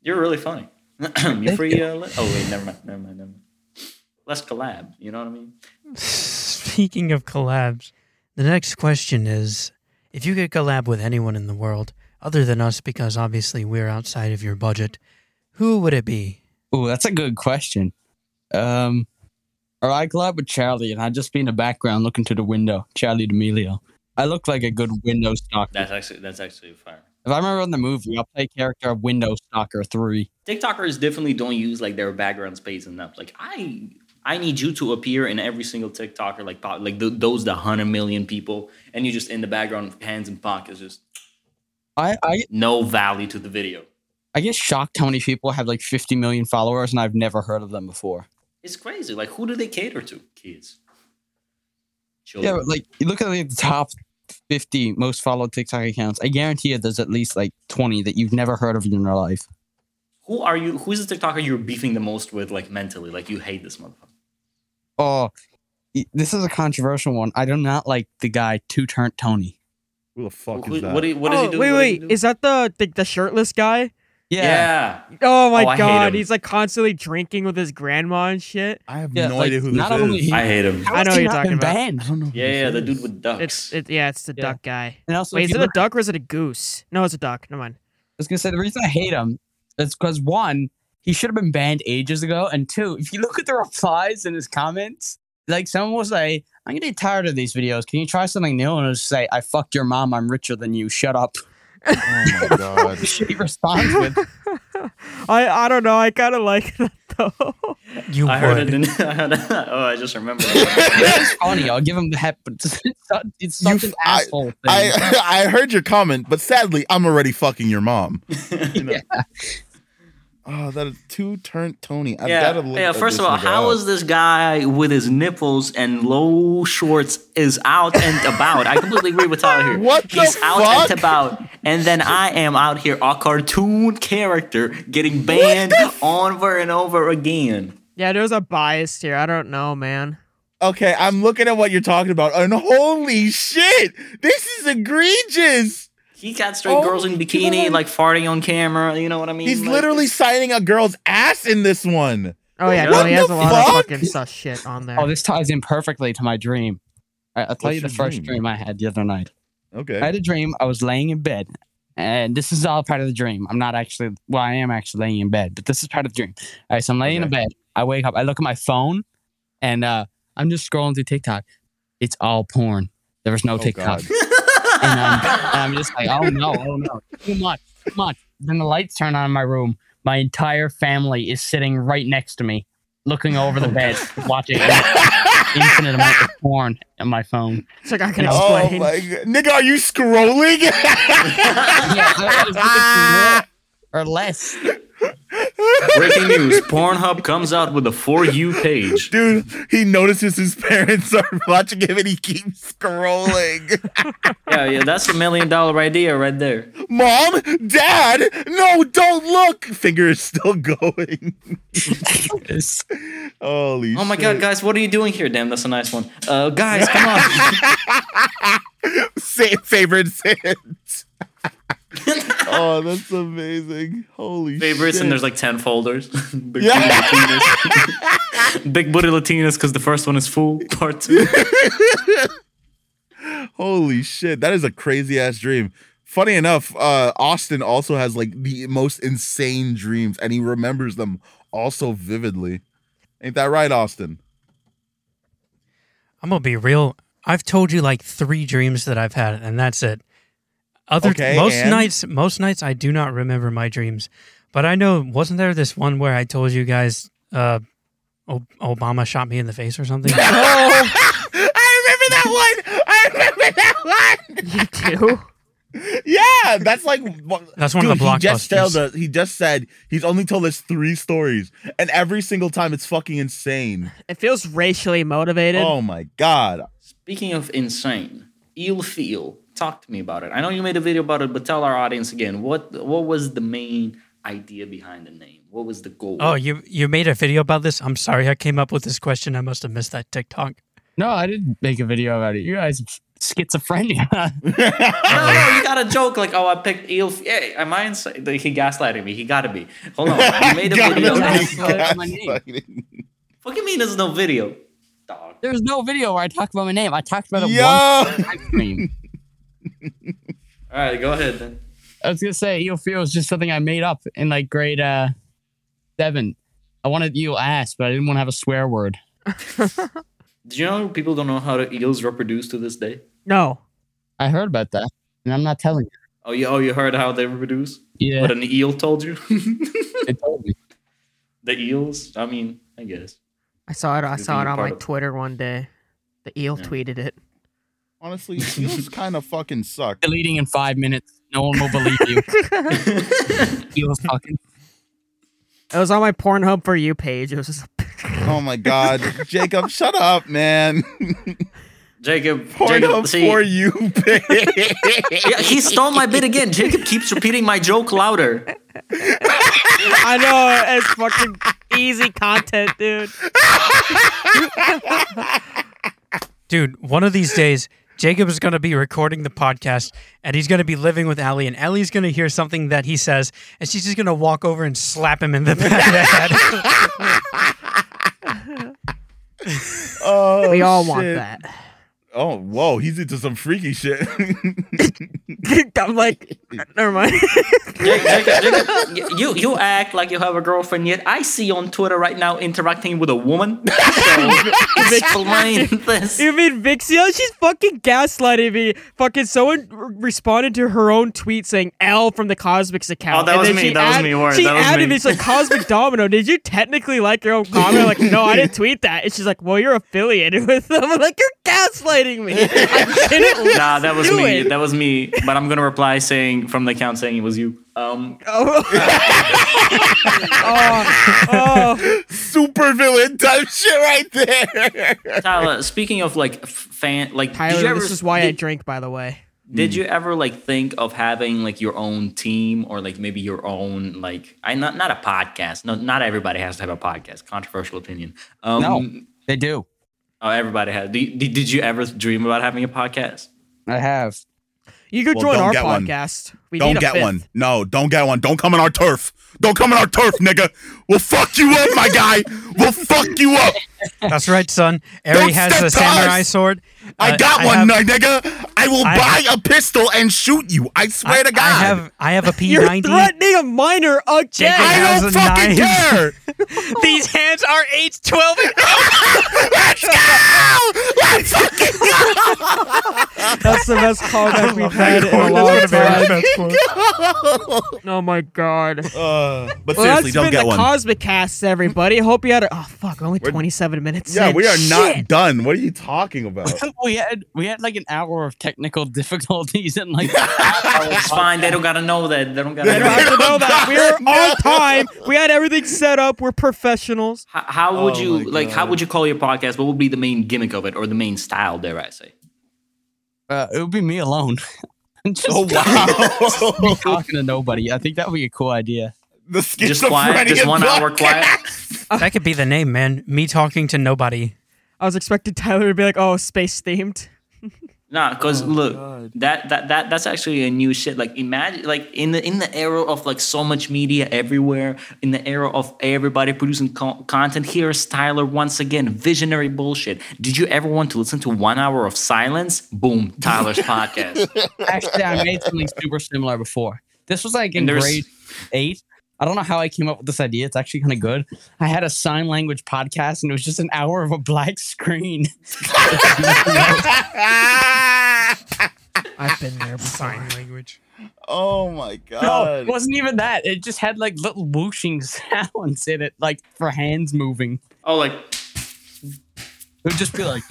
[SPEAKER 1] you're really funny. (clears throat) you free? Uh, li- oh wait, never mind, never mind, never mind. Let's collab. You know what I mean?
[SPEAKER 5] Speaking of collabs, the next question is if you could collab with anyone in the world other than us, because obviously we're outside of your budget, who would it be?
[SPEAKER 2] Ooh, that's a good question. Um, or I collab with Charlie, and I'd just be in the background looking through the window. Charlie D'Amelio. I look like a good window stalker.
[SPEAKER 1] That's actually that's actually fire.
[SPEAKER 2] if I remember in the movie, I'll play character of Window Stalker Three.
[SPEAKER 1] TikTokers definitely don't use like their background space enough. Like I, I need you to appear in every single TikToker, like po- like th- those the hundred million people, and you just in the background, hands in pockets, just
[SPEAKER 2] I, I
[SPEAKER 1] no value to the video.
[SPEAKER 2] I get shocked how many people have like 50 million followers, and I've never heard of them before.
[SPEAKER 1] It's crazy. Like who do they cater to? Kids,
[SPEAKER 2] Yeah,
[SPEAKER 1] children.
[SPEAKER 2] but like you look at like, the top 50 most followed TikTok accounts. I guarantee you, there's at least like 20 that you've never heard of in your life.
[SPEAKER 1] who are you? Who is the TikToker you're beefing the most with? Like mentally, like you hate this motherfucker.
[SPEAKER 2] Oh, y- this is a controversial one. I do not like the guy Two Turnt Tony.
[SPEAKER 4] Who the fuck
[SPEAKER 1] Who-
[SPEAKER 4] is that?
[SPEAKER 1] What, do you- what does
[SPEAKER 3] oh,
[SPEAKER 1] he do?
[SPEAKER 3] Wait,
[SPEAKER 1] What does he
[SPEAKER 3] wait,
[SPEAKER 1] do?
[SPEAKER 3] is that the, the the shirtless guy?
[SPEAKER 1] yeah.
[SPEAKER 3] Oh my
[SPEAKER 1] Oh, I hate him.
[SPEAKER 3] god, he's like constantly drinking with his grandma and shit.
[SPEAKER 4] I have
[SPEAKER 2] Yeah,
[SPEAKER 4] no
[SPEAKER 2] like,
[SPEAKER 4] idea who
[SPEAKER 2] not
[SPEAKER 4] this
[SPEAKER 2] only
[SPEAKER 4] is.
[SPEAKER 2] he-
[SPEAKER 1] I hate him.
[SPEAKER 2] How
[SPEAKER 3] I
[SPEAKER 2] has
[SPEAKER 3] know
[SPEAKER 2] he
[SPEAKER 3] who you're
[SPEAKER 2] not
[SPEAKER 3] talking
[SPEAKER 2] been
[SPEAKER 3] about.
[SPEAKER 2] Banned?
[SPEAKER 4] I don't know. Who
[SPEAKER 1] Yeah,
[SPEAKER 4] this
[SPEAKER 1] yeah, the dude
[SPEAKER 4] is.
[SPEAKER 1] with ducks.
[SPEAKER 3] It's it, yeah, it's the
[SPEAKER 2] Yeah.
[SPEAKER 3] duck guy.
[SPEAKER 2] And also,
[SPEAKER 3] Wait,
[SPEAKER 2] if
[SPEAKER 3] is
[SPEAKER 2] you
[SPEAKER 3] it a
[SPEAKER 2] look-
[SPEAKER 3] duck or is it a goose? No, it's a duck. Never mind.
[SPEAKER 2] I was gonna say the reason I hate him is because one, he should have been banned ages ago, and two, if you look at the replies in his comments, like someone was like, "I'm getting tired of these videos. Can you try something new?" And it'll just say, "I fucked your mom. I'm richer than you. Shut up."
[SPEAKER 4] Oh
[SPEAKER 2] (laughs)
[SPEAKER 4] my god.
[SPEAKER 2] She responds with,
[SPEAKER 3] I I don't know. I kind of like (laughs) that though. (laughs)
[SPEAKER 5] You
[SPEAKER 1] I
[SPEAKER 5] would.
[SPEAKER 1] heard it. In, (laughs) I heard it- oh, I just remembered.
[SPEAKER 3] (laughs)
[SPEAKER 1] that.
[SPEAKER 2] "It's funny. I'll give him the head, but it's, such- it's such an
[SPEAKER 4] I-
[SPEAKER 2] asshole thing."
[SPEAKER 4] I (laughs) I heard your comment, but sadly, I'm already fucking
[SPEAKER 1] (laughs)
[SPEAKER 4] your (laughs) mom. Oh, that is two turn Tony. I've
[SPEAKER 1] yeah,
[SPEAKER 4] gotta look
[SPEAKER 1] yeah.
[SPEAKER 4] at
[SPEAKER 1] First
[SPEAKER 4] this
[SPEAKER 1] of all,
[SPEAKER 4] nigga
[SPEAKER 1] how
[SPEAKER 4] up.
[SPEAKER 1] is this guy with his nipples and low shorts is out and about? I completely agree with Tyler here.
[SPEAKER 4] What the
[SPEAKER 1] He's out
[SPEAKER 4] fuck?
[SPEAKER 1] and about, and then I am out here a cartoon character getting banned over and over again.
[SPEAKER 3] yeah, there's a bias here. I don't know, man.
[SPEAKER 4] Okay, I'm looking at what you're talking about, and holy shit, this is egregious.
[SPEAKER 1] He got straight
[SPEAKER 4] Oh
[SPEAKER 1] girls in
[SPEAKER 4] my
[SPEAKER 1] bikini,
[SPEAKER 4] God.
[SPEAKER 1] like farting on camera. You know what I mean?
[SPEAKER 4] He's
[SPEAKER 1] Like,
[SPEAKER 4] literally
[SPEAKER 1] it's-
[SPEAKER 4] signing a girl's ass in this one.
[SPEAKER 3] Oh yeah,
[SPEAKER 1] What
[SPEAKER 3] no, he has
[SPEAKER 4] the
[SPEAKER 3] a lot
[SPEAKER 4] fuck?
[SPEAKER 3] of fucking sus shit on there.
[SPEAKER 2] oh, this ties in perfectly to my dream. All right, I'll tell
[SPEAKER 4] What's
[SPEAKER 2] you the
[SPEAKER 4] your
[SPEAKER 2] first
[SPEAKER 4] dream?
[SPEAKER 2] dream I had the other night. I
[SPEAKER 4] Okay.
[SPEAKER 2] had a dream. I was laying in bed, And this is all part of the dream. I'm not actually, well, I am actually laying in bed, but this is part of the dream. All right, so I'm laying in bed. I wake up, I look at my phone, and uh, I'm just scrolling through TikTok. It's all porn. There was no TikTok.
[SPEAKER 4] Oh, God.
[SPEAKER 2] And
[SPEAKER 4] (laughs)
[SPEAKER 2] I'm, and I'm just like, oh no, oh no, too much, too much. Then the lights turn on in my room. My entire family is sitting right next to me, looking over the
[SPEAKER 4] Oh,
[SPEAKER 2] bed, watching infinite amount of porn on my phone.
[SPEAKER 3] It's like I can
[SPEAKER 2] No.
[SPEAKER 4] Oh
[SPEAKER 3] explain.
[SPEAKER 4] my god. Nigga, are you (laughs) scrolling?
[SPEAKER 2] Yeah, I- I was looking for more or less.
[SPEAKER 4] (laughs)
[SPEAKER 1] Breaking news: Pornhub comes out with a for you page.
[SPEAKER 4] Dude, he notices his parents are (laughs) watching him and he keeps scrolling.
[SPEAKER 1] Yeah, yeah, that's a million dollar idea right there.
[SPEAKER 4] (laughs) Mom, Dad, no, don't look. Finger is still going. Holy
[SPEAKER 1] Oh my
[SPEAKER 4] shit.
[SPEAKER 1] god, guys, what are you doing here? Damn, that's a nice one. Uh, guys, come on.
[SPEAKER 4] Sa- favorite (laughs) sins. oh, that's amazing. Holy
[SPEAKER 1] Favorites,
[SPEAKER 4] shit.
[SPEAKER 1] and there's like ten folders. (laughs) Big
[SPEAKER 4] Yeah.
[SPEAKER 1] booty Latinas. Big booty Latinas, because the first one is full. (laughs) Part two.
[SPEAKER 4] Holy shit, that is a crazy ass dream. Funny enough, uh, Austin also has like the most insane dreams, and he remembers them also vividly. Ain't that right, Austin?
[SPEAKER 5] I'm gonna be real. I've told you like three dreams that I've had, and that's it. Other
[SPEAKER 4] Okay,
[SPEAKER 5] most
[SPEAKER 4] and?
[SPEAKER 5] nights, most nights I do not remember my dreams, but I know wasn't there this one where I told you guys, uh, o- Obama shot me in the face or something?
[SPEAKER 1] (laughs)
[SPEAKER 4] Oh. (laughs) I remember that one. I remember that one.
[SPEAKER 3] (laughs) You do?
[SPEAKER 4] Yeah, that's like one-
[SPEAKER 5] That's one of the
[SPEAKER 4] He just, told
[SPEAKER 5] blockbusters.
[SPEAKER 4] us, he just said he's only told us three stories, and every single time it's fucking insane.
[SPEAKER 3] It feels racially motivated.
[SPEAKER 4] Oh my god!
[SPEAKER 1] Speaking of insane, Eel Feel, talk to me about it. I know you made a video about it, but tell our audience again what what was the main idea behind the name? What was the goal?
[SPEAKER 5] oh, you you made a video about this. I'm sorry, I came up with this question. I must have missed that TikTok.
[SPEAKER 2] No, I didn't make a video about it. You guys, schizophrenia. (laughs)
[SPEAKER 1] no, no, no, you got a joke like, oh, I picked Eel. F- Hey, am I insane? Like, He gaslighted me. He gotta be. Hold on, you
[SPEAKER 4] (laughs)
[SPEAKER 1] made a
[SPEAKER 4] God,
[SPEAKER 1] video.
[SPEAKER 4] that's
[SPEAKER 2] That's
[SPEAKER 4] (laughs)
[SPEAKER 2] my name.
[SPEAKER 4] gaslighting.
[SPEAKER 1] What do you mean there's no video? Dog.
[SPEAKER 2] There's no video where I talked about my name. I talked about it once
[SPEAKER 4] Yo,
[SPEAKER 2] on live stream.
[SPEAKER 1] All right, go ahead then.
[SPEAKER 2] I was gonna say eel feel is just something I made up in like grade uh seven. I wanted eel ass, but I didn't want to have a swear word.
[SPEAKER 1] Did you know people don't know how the eels reproduce to this day?
[SPEAKER 3] No.
[SPEAKER 2] I heard about that, and I'm not telling you.
[SPEAKER 1] Oh, you, oh, you heard how they reproduce?
[SPEAKER 2] Yeah,
[SPEAKER 1] What an eel told you? (laughs)
[SPEAKER 2] they told me.
[SPEAKER 1] the eels? I mean, I guess.
[SPEAKER 3] I saw it. I
[SPEAKER 1] You're
[SPEAKER 3] saw it
[SPEAKER 1] being
[SPEAKER 3] on
[SPEAKER 1] part
[SPEAKER 3] my
[SPEAKER 1] of-
[SPEAKER 3] Twitter one day. The eel
[SPEAKER 1] Yeah.
[SPEAKER 3] tweeted it.
[SPEAKER 4] honestly, eels kind of fucking suck.
[SPEAKER 2] Deleting in five minutes. No one will believe you. Eel fucking.
[SPEAKER 3] It was on my Pornhub for you page. It was just (laughs)
[SPEAKER 4] Oh my god, Jacob, shut up, man. (laughs)
[SPEAKER 1] Jacob, Jacob,
[SPEAKER 4] Pornhub
[SPEAKER 1] see,
[SPEAKER 4] for you, (laughs) bitch.
[SPEAKER 1] yeah, he stole my bit again. Jacob keeps repeating my joke louder.
[SPEAKER 3] I know it's fucking easy content, dude.
[SPEAKER 5] Dude, one of these days, Jacob is going to be recording the podcast and he's going to be living with Ellie, and Ellie's going to hear something that he says, and she's just going to walk over and slap him in the (laughs) back of the head.
[SPEAKER 4] Oh,
[SPEAKER 3] We all want
[SPEAKER 4] shit.
[SPEAKER 3] that. (laughs)
[SPEAKER 4] Oh, whoa, he's into some freaky shit. (laughs)
[SPEAKER 3] I'm like, never mind.
[SPEAKER 1] Jacob,
[SPEAKER 3] (laughs)
[SPEAKER 1] Jacob, Jacob, y- you you act like you have a girlfriend, yet I see on Twitter right now interacting with a
[SPEAKER 3] (laughs)
[SPEAKER 1] woman. So explain (laughs) this.
[SPEAKER 3] you mean Vixia? She's fucking gaslighting me. Fucking someone r- responded to her own tweet saying L from the Cosmics account.
[SPEAKER 1] Oh, that
[SPEAKER 3] And
[SPEAKER 1] was
[SPEAKER 3] then
[SPEAKER 1] me.
[SPEAKER 3] she
[SPEAKER 1] That was me. Word.
[SPEAKER 3] She
[SPEAKER 1] That was
[SPEAKER 3] added
[SPEAKER 1] me.
[SPEAKER 3] me. It's
[SPEAKER 1] (laughs)
[SPEAKER 3] like Cosmic Domino. Did you technically like your own comment? I'm like, no, I didn't tweet that. And she's like, well, you're affiliated (laughs) with them. I'm like, you're gaslighting me. I didn't.
[SPEAKER 1] (laughs) Nah, that was
[SPEAKER 3] Do
[SPEAKER 1] me.
[SPEAKER 3] it.
[SPEAKER 1] That was me. But I'm gonna reply saying from the account saying it was you. Um, (laughs)
[SPEAKER 3] Oh. oh, oh.
[SPEAKER 4] Super villain type shit right there.
[SPEAKER 1] Tyler, speaking of like f- fan, like did you
[SPEAKER 3] Tyler,
[SPEAKER 1] ever-
[SPEAKER 3] this is why I
[SPEAKER 1] did,
[SPEAKER 3] drink, by the way.
[SPEAKER 1] did
[SPEAKER 4] Hmm.
[SPEAKER 1] you ever like think of having like your own team or like maybe your own like I not not a podcast. No, not everybody has to have a podcast. Controversial opinion. Um,
[SPEAKER 2] No. They do.
[SPEAKER 1] Oh, everybody has. Do you- Did, did you ever dream about having a podcast?
[SPEAKER 2] I have.
[SPEAKER 3] You could
[SPEAKER 4] Well,
[SPEAKER 3] join
[SPEAKER 4] don't
[SPEAKER 3] our
[SPEAKER 4] get one.
[SPEAKER 3] podcast. We need
[SPEAKER 4] Don't
[SPEAKER 3] a
[SPEAKER 4] get
[SPEAKER 3] fifth.
[SPEAKER 4] one. No, don't get one. Don't come on our turf. Don't come on our turf, nigga. We'll fuck you up, my guy. We'll fuck you up.
[SPEAKER 5] That's right, son. Eri
[SPEAKER 4] Don't
[SPEAKER 5] has
[SPEAKER 4] step
[SPEAKER 5] a
[SPEAKER 4] to
[SPEAKER 5] samurai
[SPEAKER 4] us.
[SPEAKER 5] sword.
[SPEAKER 4] I
[SPEAKER 5] Uh,
[SPEAKER 4] got one,
[SPEAKER 5] have-
[SPEAKER 4] ni- nigga. I will
[SPEAKER 5] I
[SPEAKER 4] buy a pistol and shoot you. I swear
[SPEAKER 5] I,
[SPEAKER 4] to God.
[SPEAKER 5] I have uh, I
[SPEAKER 4] (laughs)
[SPEAKER 5] have a P
[SPEAKER 3] You're
[SPEAKER 5] ninety.
[SPEAKER 3] threatening a minor
[SPEAKER 5] Jacob
[SPEAKER 3] again.
[SPEAKER 4] I
[SPEAKER 5] has
[SPEAKER 4] don't
[SPEAKER 5] a
[SPEAKER 4] fucking
[SPEAKER 5] knife.
[SPEAKER 4] care.
[SPEAKER 5] (laughs) These hands are H twelve.
[SPEAKER 4] Let's go. Let's fucking
[SPEAKER 3] That's the best callback we've had in a long time. Oh my god.
[SPEAKER 4] Uh, but seriously,
[SPEAKER 3] Well, that's
[SPEAKER 4] don't
[SPEAKER 3] been
[SPEAKER 4] get
[SPEAKER 3] the
[SPEAKER 4] one.
[SPEAKER 3] Cosmic Cast, everybody. Hope you had a. Oh fuck, only twenty seven minutes.
[SPEAKER 4] yeah,
[SPEAKER 3] in.
[SPEAKER 4] we are
[SPEAKER 3] Shit.
[SPEAKER 4] not done. What are you talking about?
[SPEAKER 2] (laughs) we had we had like an hour of technical (laughs) difficulties and like (laughs)
[SPEAKER 1] It's fine. They don't gotta know that. They don't gotta
[SPEAKER 4] They
[SPEAKER 1] know.
[SPEAKER 3] You have
[SPEAKER 1] that.
[SPEAKER 3] to know that we
[SPEAKER 4] (laughs)
[SPEAKER 3] are on time. We had everything set up. We're professionals.
[SPEAKER 1] How, how would
[SPEAKER 4] Oh
[SPEAKER 1] you
[SPEAKER 4] my
[SPEAKER 1] like? How
[SPEAKER 4] God.
[SPEAKER 1] would you call your podcast? What would be the main gimmick of it, or the main style? Dare I say?
[SPEAKER 2] uh, it would be me alone. (laughs) I'm just
[SPEAKER 4] Oh (laughs) wow.
[SPEAKER 2] be (laughs) talking to nobody. I think that would be a cool idea.
[SPEAKER 4] the
[SPEAKER 1] Just quiet. Just
[SPEAKER 4] schizophrenia
[SPEAKER 1] one hour
[SPEAKER 4] podcast.
[SPEAKER 1] quiet.
[SPEAKER 5] That could be the name, man. Me talking to nobody.
[SPEAKER 3] I was expecting Tyler to be like, "Oh, space themed."
[SPEAKER 1] Nah,
[SPEAKER 4] Oh,
[SPEAKER 1] cause look, that that that that's actually a new shit. Like imagine, like in the in the era of like so much media everywhere, in the era of everybody producing co- content, here's Tyler once again, visionary bullshit. Did you ever want to listen to one hour of silence? Boom, Tyler's
[SPEAKER 4] (laughs)
[SPEAKER 1] podcast.
[SPEAKER 2] Actually, I made something super similar before. This was like in
[SPEAKER 1] And there's-
[SPEAKER 2] grade eight. I don't know how I came up with this idea. It's actually kind of good. I had a sign language podcast, and it was just an hour of a black screen. (laughs)
[SPEAKER 3] I've been there before.
[SPEAKER 5] Ah, Sign language.
[SPEAKER 4] oh my
[SPEAKER 2] No, it
[SPEAKER 4] god.
[SPEAKER 2] wasn't even that. It just had like little whooshing (laughs) sounds in it, like for hands moving.
[SPEAKER 1] oh, like
[SPEAKER 2] It would just be like,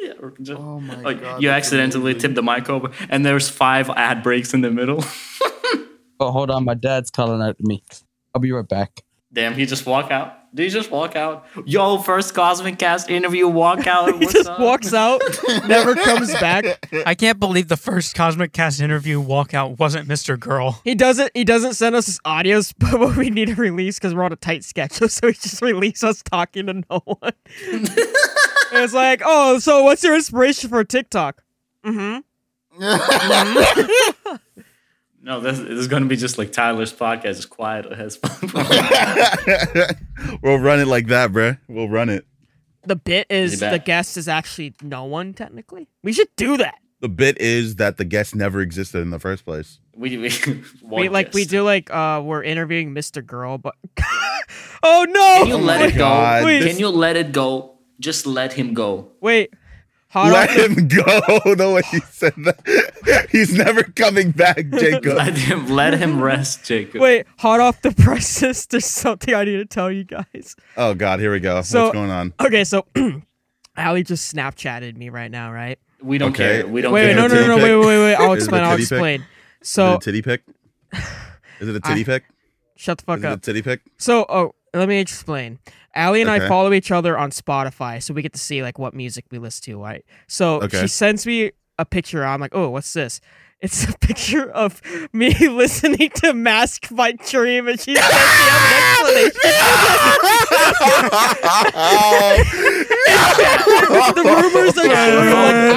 [SPEAKER 1] yeah, or just-
[SPEAKER 4] Oh my
[SPEAKER 1] like
[SPEAKER 4] God,
[SPEAKER 1] you
[SPEAKER 4] that's
[SPEAKER 1] accidentally
[SPEAKER 4] amazing.
[SPEAKER 1] tip the mic over, and there's five ad breaks in the middle. (laughs)
[SPEAKER 2] "Oh, hold on, my dad's calling out to me. I'll be right back."
[SPEAKER 1] Damn, he just walk out. Did he just walk out? Yo, first Cosmic Cast interview, walk out.
[SPEAKER 3] (laughs) He
[SPEAKER 1] What's
[SPEAKER 3] just
[SPEAKER 1] up?
[SPEAKER 3] walks out, never comes (laughs) back.
[SPEAKER 5] I can't believe the first Cosmic Cast interview walkout wasn't Mr. Girl.
[SPEAKER 3] (laughs) He doesn't. He doesn't send us his audios, (laughs) but what we need to release because we're on a tight schedule. (laughs) So he just released us talking to no one.
[SPEAKER 1] (laughs)
[SPEAKER 3] it's like, oh, so what's your inspiration for TikTok? Mm-hmm.
[SPEAKER 1] No, this, this is going to be just like Tyler's podcast, just quiet as (laughs) fuck.
[SPEAKER 4] we'll run it like that, bruh. We'll run it.
[SPEAKER 3] The bit is
[SPEAKER 1] bet.
[SPEAKER 3] the guest is actually no one technically. We should do that.
[SPEAKER 4] The bit is that the guest never existed in the first place.
[SPEAKER 1] we, (laughs) we,
[SPEAKER 3] We,
[SPEAKER 1] one
[SPEAKER 3] like we
[SPEAKER 1] guest.
[SPEAKER 3] do like uh we're interviewing Mr. Girl, but (laughs) oh no!
[SPEAKER 1] Can you let
[SPEAKER 3] wait,
[SPEAKER 1] it go?
[SPEAKER 4] God,
[SPEAKER 3] Wait.
[SPEAKER 1] Can you let it go? Just let him (laughs) go.
[SPEAKER 3] Wait, hot
[SPEAKER 4] Let
[SPEAKER 3] off the,
[SPEAKER 4] him go. (laughs) No way he said that. (laughs) He's never coming back, Jacob.
[SPEAKER 1] Let him let him rest, Jacob.
[SPEAKER 3] wait, hot off the (laughs) presses. There's something I need to tell you guys.
[SPEAKER 4] Oh God, here we go.
[SPEAKER 3] So-
[SPEAKER 4] What's going on?
[SPEAKER 3] Okay, so (clears throat) Allie just Snapchatted me right now, right?
[SPEAKER 1] We don't
[SPEAKER 4] Okay.
[SPEAKER 1] care. We don't
[SPEAKER 3] Wait, wait,
[SPEAKER 1] care.
[SPEAKER 3] no, no, no, no, wait,
[SPEAKER 4] Titty
[SPEAKER 3] wait, wait. I'll
[SPEAKER 4] Is it a
[SPEAKER 3] explain. I'll
[SPEAKER 4] titty pic?
[SPEAKER 3] explain.
[SPEAKER 4] Is it a titty pic? Is it
[SPEAKER 3] So
[SPEAKER 4] a titty
[SPEAKER 3] I-
[SPEAKER 4] pic?
[SPEAKER 3] shut the
[SPEAKER 4] Is
[SPEAKER 3] fuck
[SPEAKER 4] it a
[SPEAKER 3] up.
[SPEAKER 4] titty pic?
[SPEAKER 3] So, oh, let me explain. Allie and I
[SPEAKER 4] Okay.
[SPEAKER 3] follow each other on Spotify, so we get to see like what music we listen to, right? So she
[SPEAKER 4] Okay.
[SPEAKER 3] sends me a picture. I'm like, oh, what's this? It's a (laughs) picture of me (laughs) listening to Mask My Dream, and she sends me up an
[SPEAKER 4] (laughs)
[SPEAKER 3] explanation. the rumors are true. Like, I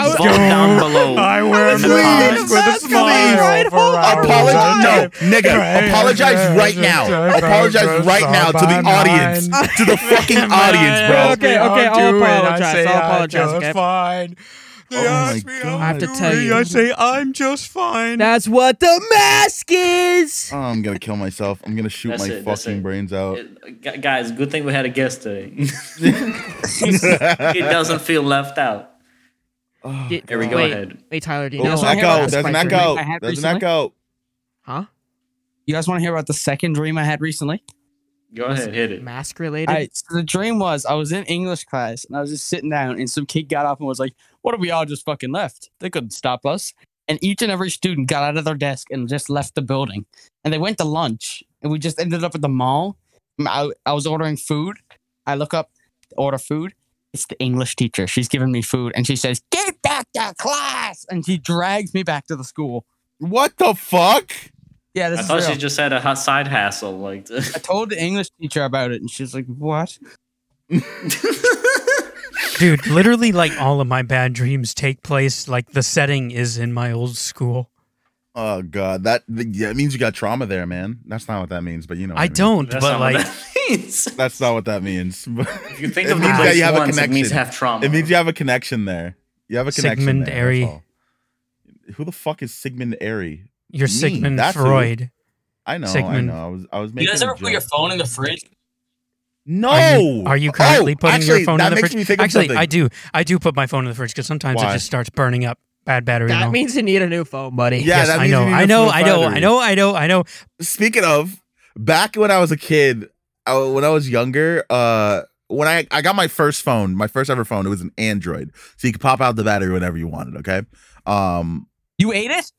[SPEAKER 1] Vote
[SPEAKER 3] was-
[SPEAKER 1] down below.
[SPEAKER 5] I wear a
[SPEAKER 4] Please, mask with
[SPEAKER 5] mask
[SPEAKER 4] a
[SPEAKER 5] with a
[SPEAKER 4] please. smile
[SPEAKER 5] smile
[SPEAKER 3] for hours
[SPEAKER 4] Apologize, no, nigga.
[SPEAKER 5] Right.
[SPEAKER 4] Apologize right now. Apologize right now to the audience,
[SPEAKER 5] Uh,
[SPEAKER 4] to the fucking audience, bro.
[SPEAKER 3] Okay, okay, I'll apologize, I'll apologize, okay?
[SPEAKER 5] fine. They
[SPEAKER 4] Oh my
[SPEAKER 5] ask me how
[SPEAKER 4] God.
[SPEAKER 3] I have to tell
[SPEAKER 5] doing,
[SPEAKER 3] you.
[SPEAKER 5] I say I'm just fine.
[SPEAKER 3] That's what the mask is.
[SPEAKER 4] Oh, I'm gonna kill myself. I'm gonna shoot
[SPEAKER 1] That's
[SPEAKER 4] my
[SPEAKER 1] it, that's
[SPEAKER 4] fucking
[SPEAKER 1] it.
[SPEAKER 4] brains out.
[SPEAKER 1] Gu- Guys, good thing we had a guest today.
[SPEAKER 4] (laughs)
[SPEAKER 1] it (laughs) doesn't feel left out. Here we go
[SPEAKER 3] Wait,
[SPEAKER 1] ahead.
[SPEAKER 3] Wait, Tyler, do you
[SPEAKER 4] Oh,
[SPEAKER 3] know
[SPEAKER 4] that's
[SPEAKER 2] That's
[SPEAKER 3] what
[SPEAKER 4] knock
[SPEAKER 2] what happened.
[SPEAKER 4] out. That's knock
[SPEAKER 3] Mask My Dream-
[SPEAKER 2] I
[SPEAKER 4] out.
[SPEAKER 2] had
[SPEAKER 4] That's
[SPEAKER 2] recently.
[SPEAKER 4] knock out.
[SPEAKER 3] Huh?
[SPEAKER 2] You guys want to hear about the second dream I had recently?
[SPEAKER 1] Go ahead, hit it.
[SPEAKER 3] Mask related?
[SPEAKER 2] All right. So the dream was I was in English class and I was just sitting down, and some kid got up and was like, "What if we all just fucking left? They couldn't stop us." And each and every student got out of their desk and just left the building, and they went to lunch, and we just ended up at the mall. Mm, I, I was ordering food. I look up, order food. It's the English teacher. She's giving me food, and she says, "Get back to class!" And she drags me back to the school.
[SPEAKER 4] What the fuck?
[SPEAKER 2] Yeah, this
[SPEAKER 1] I
[SPEAKER 2] is
[SPEAKER 1] thought
[SPEAKER 2] real.
[SPEAKER 1] she just had a ha- side hassle. Like, (laughs)
[SPEAKER 2] I told the English teacher about it, and she's like, "What?"
[SPEAKER 5] Dude, literally, like all of my bad dreams take place. Like the setting is in my old school.
[SPEAKER 4] Oh god, that yeah, it means you got trauma there, man. That's not what that means, but you know. what
[SPEAKER 5] I
[SPEAKER 4] mean.
[SPEAKER 5] don't,
[SPEAKER 1] that's
[SPEAKER 5] but
[SPEAKER 1] not (laughs)
[SPEAKER 5] like,
[SPEAKER 1] what that means.
[SPEAKER 4] That's not what that means. (laughs)
[SPEAKER 1] If you think
[SPEAKER 4] It
[SPEAKER 1] of the
[SPEAKER 4] means that
[SPEAKER 1] place
[SPEAKER 4] you have a
[SPEAKER 1] once, it means
[SPEAKER 4] connection.
[SPEAKER 1] have trauma.
[SPEAKER 4] it means you have a connection there. You have a connection.
[SPEAKER 5] Uh, Sigmund
[SPEAKER 4] there,
[SPEAKER 5] Airy.
[SPEAKER 4] that's all. Who the fuck is Sigmund Airy?
[SPEAKER 5] You're
[SPEAKER 4] Me,
[SPEAKER 5] Sigmund
[SPEAKER 4] that's who-
[SPEAKER 5] Freud.
[SPEAKER 4] I know,
[SPEAKER 5] Sigmund.
[SPEAKER 4] I know. I was, I was making.
[SPEAKER 2] You guys
[SPEAKER 4] a
[SPEAKER 2] ever put
[SPEAKER 4] joke.
[SPEAKER 2] your phone in the fridge?
[SPEAKER 4] No.
[SPEAKER 5] Are you, are you currently
[SPEAKER 4] Oh,
[SPEAKER 5] putting
[SPEAKER 4] actually,
[SPEAKER 5] your phone
[SPEAKER 4] that
[SPEAKER 5] in the
[SPEAKER 4] makes
[SPEAKER 5] fridge?
[SPEAKER 4] Me think of
[SPEAKER 5] actually,
[SPEAKER 4] something.
[SPEAKER 5] I do. I do put my phone in the fridge because sometimes
[SPEAKER 4] Why?
[SPEAKER 5] it just starts burning up. Bad battery. and
[SPEAKER 3] That
[SPEAKER 5] all.
[SPEAKER 3] means you need a new phone, buddy.
[SPEAKER 4] Yeah,
[SPEAKER 5] yes,
[SPEAKER 4] that
[SPEAKER 5] I
[SPEAKER 4] means you
[SPEAKER 5] know.
[SPEAKER 4] need
[SPEAKER 5] I
[SPEAKER 4] a
[SPEAKER 5] know.
[SPEAKER 4] full
[SPEAKER 5] I know. I
[SPEAKER 4] battery.
[SPEAKER 5] know. I know. I know.
[SPEAKER 4] Speaking of, back when I was a kid, I, when I was younger, uh, when I, I got my first phone, my first ever phone, it was an Android, so you could pop out the battery whenever you wanted. Okay. Um.
[SPEAKER 2] You ate it?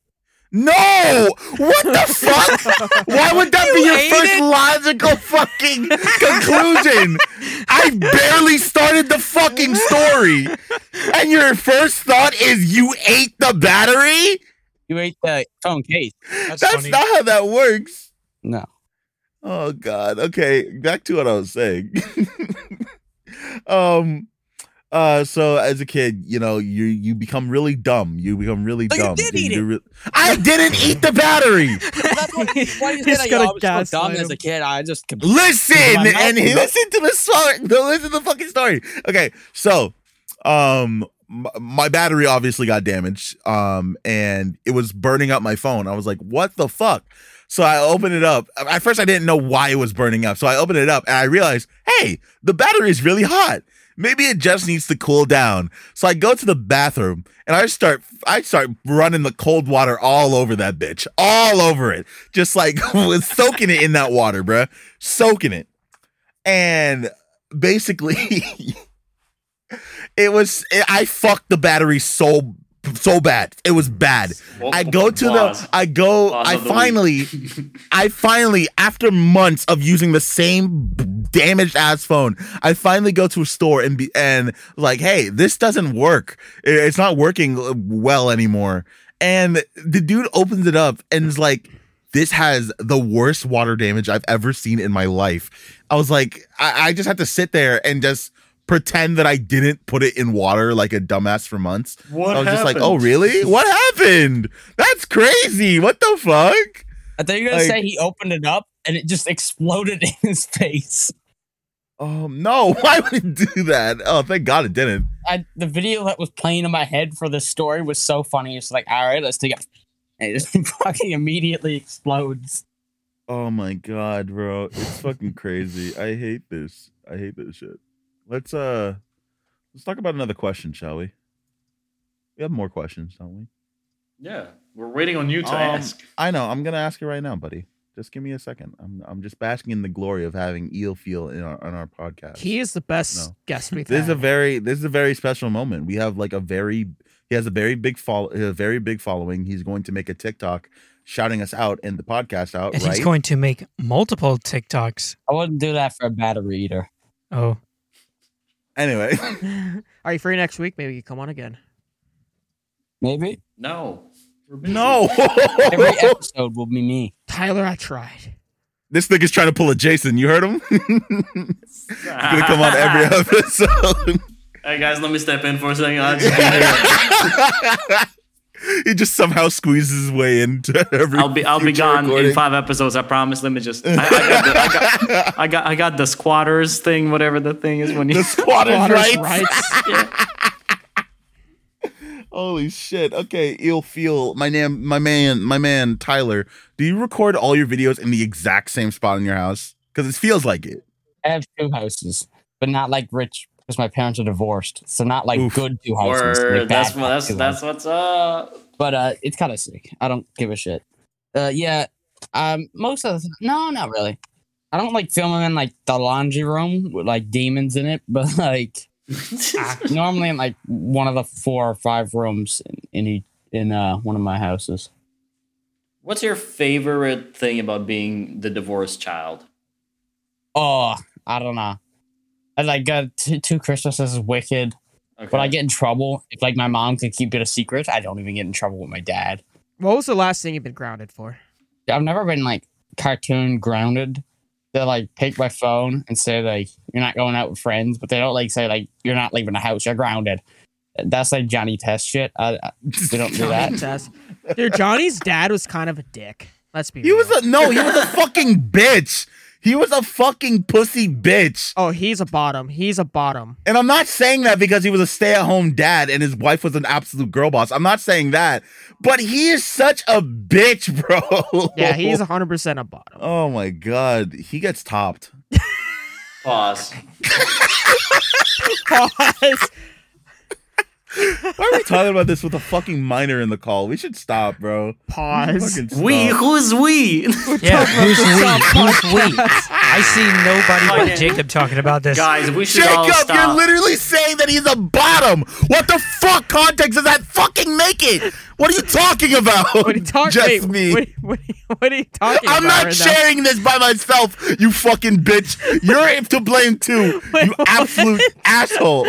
[SPEAKER 4] No! What the fuck? Why would that be
[SPEAKER 5] You
[SPEAKER 4] your
[SPEAKER 5] ate
[SPEAKER 4] first
[SPEAKER 5] it?
[SPEAKER 4] logical fucking conclusion? I barely started the fucking story, and your first thought is you ate the battery.
[SPEAKER 2] You ate the phone case?
[SPEAKER 4] That's,
[SPEAKER 5] funny.
[SPEAKER 4] not how that works.
[SPEAKER 2] No.
[SPEAKER 4] Oh God. Okay, back to what I was saying. (laughs) um uh so as a kid, you know, you you become really dumb. You become really
[SPEAKER 2] But Oh, you
[SPEAKER 4] dumb.
[SPEAKER 2] did eat
[SPEAKER 4] you're re- I didn't eat
[SPEAKER 2] (laughs)
[SPEAKER 4] the battery.
[SPEAKER 2] Well, that's why, why you
[SPEAKER 3] He's
[SPEAKER 2] said I,
[SPEAKER 3] gonna
[SPEAKER 2] I was so dumb
[SPEAKER 3] gaslight
[SPEAKER 2] as
[SPEAKER 3] him.
[SPEAKER 2] a kid. I just could-
[SPEAKER 4] Listen
[SPEAKER 2] My mouth
[SPEAKER 4] and
[SPEAKER 2] is-
[SPEAKER 4] listen to the story. (laughs) No, listen to the fucking story. Okay, so um m- my battery obviously got damaged um and it was burning up my phone i was like what the fuck so i opened it up at first i didn't know why it was burning up so i opened it up and i realized hey the battery is really hot maybe it just needs to cool down so i go to the bathroom and i start i start running the cold water all over that bitch all over it just like (laughs) was soaking it in that water bruh soaking it and basically (laughs) it was it, i fucked the battery so so bad it was bad i go to the i go
[SPEAKER 1] Pause
[SPEAKER 4] i
[SPEAKER 1] of the week.
[SPEAKER 4] finally i finally after months of using the same damaged ass phone i finally go to a store and be and like hey this doesn't work It- it's not working uh, well anymore and the dude opens it up and is like this has the worst water damage I've ever seen in my life. I was like, I, I just had to sit there and just pretend that I didn't put it in water like a dumbass for months.
[SPEAKER 1] What
[SPEAKER 4] I was just like, oh, really? What happened? That's crazy. What the fuck?
[SPEAKER 2] I thought you were gonna
[SPEAKER 4] Like-
[SPEAKER 2] say he opened it up and it just exploded (laughs) in his face.
[SPEAKER 4] Um, no, (laughs) why would it do that? Oh, thank God it didn't.
[SPEAKER 2] I, the video that was playing in my head for this story was so funny. It's like, all right, let's take it. And It (laughs) just fucking immediately explodes.
[SPEAKER 4] Oh my god, bro. It's fucking crazy. I hate this. I hate this shit. Let's uh let's talk about another question, shall we? We have more questions, don't we?
[SPEAKER 1] Yeah, we're waiting on you to
[SPEAKER 4] Um,
[SPEAKER 1] ask.
[SPEAKER 4] I know. I'm gonna ask it right now, buddy. Just give me a second. I'm I'm just basking in the glory of having Eel Feel in our on our podcast.
[SPEAKER 3] He is the best
[SPEAKER 4] No.
[SPEAKER 3] guest we've
[SPEAKER 4] this is a
[SPEAKER 3] had.
[SPEAKER 4] very this is a very special moment. We have like a very he has a very big follow a very big following. He's going to make a TikTok shouting us out and the podcast out,
[SPEAKER 5] And
[SPEAKER 4] right?
[SPEAKER 5] he's going to make multiple TikToks.
[SPEAKER 2] I wouldn't do that for a battery eater.
[SPEAKER 5] Oh,
[SPEAKER 4] anyway.
[SPEAKER 3] (laughs) Are you free next week? Maybe you come on again.
[SPEAKER 2] Maybe
[SPEAKER 1] No. We're busy.
[SPEAKER 2] (laughs)
[SPEAKER 4] No.
[SPEAKER 2] every e-, episode will be me.
[SPEAKER 3] Tyler,
[SPEAKER 4] (laughs)
[SPEAKER 3] I tried.
[SPEAKER 4] this nigga's trying to pull a Jason. You heard him? (laughs) He's gonna come on every
[SPEAKER 2] (laughs)
[SPEAKER 4] episode. (laughs)
[SPEAKER 1] Hey guys, let me step in for a second. I'll just be
[SPEAKER 2] (laughs)
[SPEAKER 1] here.
[SPEAKER 4] he just somehow squeezes his way into (laughs) every
[SPEAKER 1] I'll be I'll be
[SPEAKER 4] future
[SPEAKER 1] gone
[SPEAKER 4] recording.
[SPEAKER 1] in five episodes. I promise. Let me just. I, I, got the, I,
[SPEAKER 2] (laughs)
[SPEAKER 1] got, I got I got the squatters thing, whatever the thing is when you.
[SPEAKER 4] the squatters,
[SPEAKER 3] Waters
[SPEAKER 4] rights.
[SPEAKER 3] rights.
[SPEAKER 4] Holy shit. Okay, ill feel. My name my man, my man Tyler. Do you record all your videos in the exact same spot in your house? Cuz it feels like it.
[SPEAKER 2] I have two houses, but not like rich because my parents are divorced. So not like
[SPEAKER 4] Oof.
[SPEAKER 2] good two houses. like
[SPEAKER 1] (laughs) Word.
[SPEAKER 2] bad
[SPEAKER 1] That's what that's
[SPEAKER 2] two
[SPEAKER 1] that's what's up.
[SPEAKER 2] but uh it's kind of sick i don't give a shit uh yeah um most of the no not really i don't like filming in like the laundry room with like demons in it (laughs) but like normally in like one of the four or five rooms in in, each, in uh one of my houses
[SPEAKER 1] (laughs) What's your favorite thing about being the divorced child?
[SPEAKER 2] oh i don't know i like got t- two christmases is wicked
[SPEAKER 1] Okay.
[SPEAKER 2] but i get in trouble if like my mom could keep it a secret i don't even get in trouble with my dad
[SPEAKER 3] What was the last thing you've been grounded for?
[SPEAKER 2] I've never been like cartoon grounded. They like pick my phone and say like you're not going out with friends, but they don't like say like you're not leaving the house. You're grounded. That's like Johnny Test shit. I, I, we don't do
[SPEAKER 3] (laughs)
[SPEAKER 2] that.
[SPEAKER 3] Johnny Test. Dude, Johnny's dad was kind of a dick. Let's be
[SPEAKER 4] He
[SPEAKER 3] real. (laughs)
[SPEAKER 4] was a no, he was a fucking bitch. He was a fucking pussy bitch.
[SPEAKER 3] Oh, he's a bottom. He's a bottom.
[SPEAKER 4] And I'm not saying that because he was a stay at home dad and his wife was an absolute girl boss. I'm not saying that. But he is such a bitch, (laughs) bro.
[SPEAKER 3] Yeah, he's 100%
[SPEAKER 4] (laughs)
[SPEAKER 3] a bottom.
[SPEAKER 4] Oh my God. He gets topped.
[SPEAKER 2] (laughs)
[SPEAKER 1] Pause.
[SPEAKER 3] Pause.
[SPEAKER 4] Why are we talking about this with a fucking minor in the call? We should stop, bro.
[SPEAKER 3] Pause.
[SPEAKER 4] Fucking
[SPEAKER 1] We?
[SPEAKER 4] stop.
[SPEAKER 1] Who's
[SPEAKER 2] (laughs)
[SPEAKER 1] we?
[SPEAKER 5] Yeah, who's we? Who's we? I see nobody but Jacob talking about this.
[SPEAKER 1] Guys, we should all
[SPEAKER 4] Jacob, you're
[SPEAKER 1] stop.
[SPEAKER 4] literally saying that he's a bottom. What the fuck context does that fucking make it? What are you talking about?
[SPEAKER 3] What are you
[SPEAKER 4] (laughs)
[SPEAKER 3] talking
[SPEAKER 4] Just me.
[SPEAKER 3] What, what, what are you talking
[SPEAKER 4] I'm
[SPEAKER 3] about?
[SPEAKER 4] not
[SPEAKER 3] right now?
[SPEAKER 4] sharing this by myself, you fucking bitch. You're to blame too, you absolute asshole.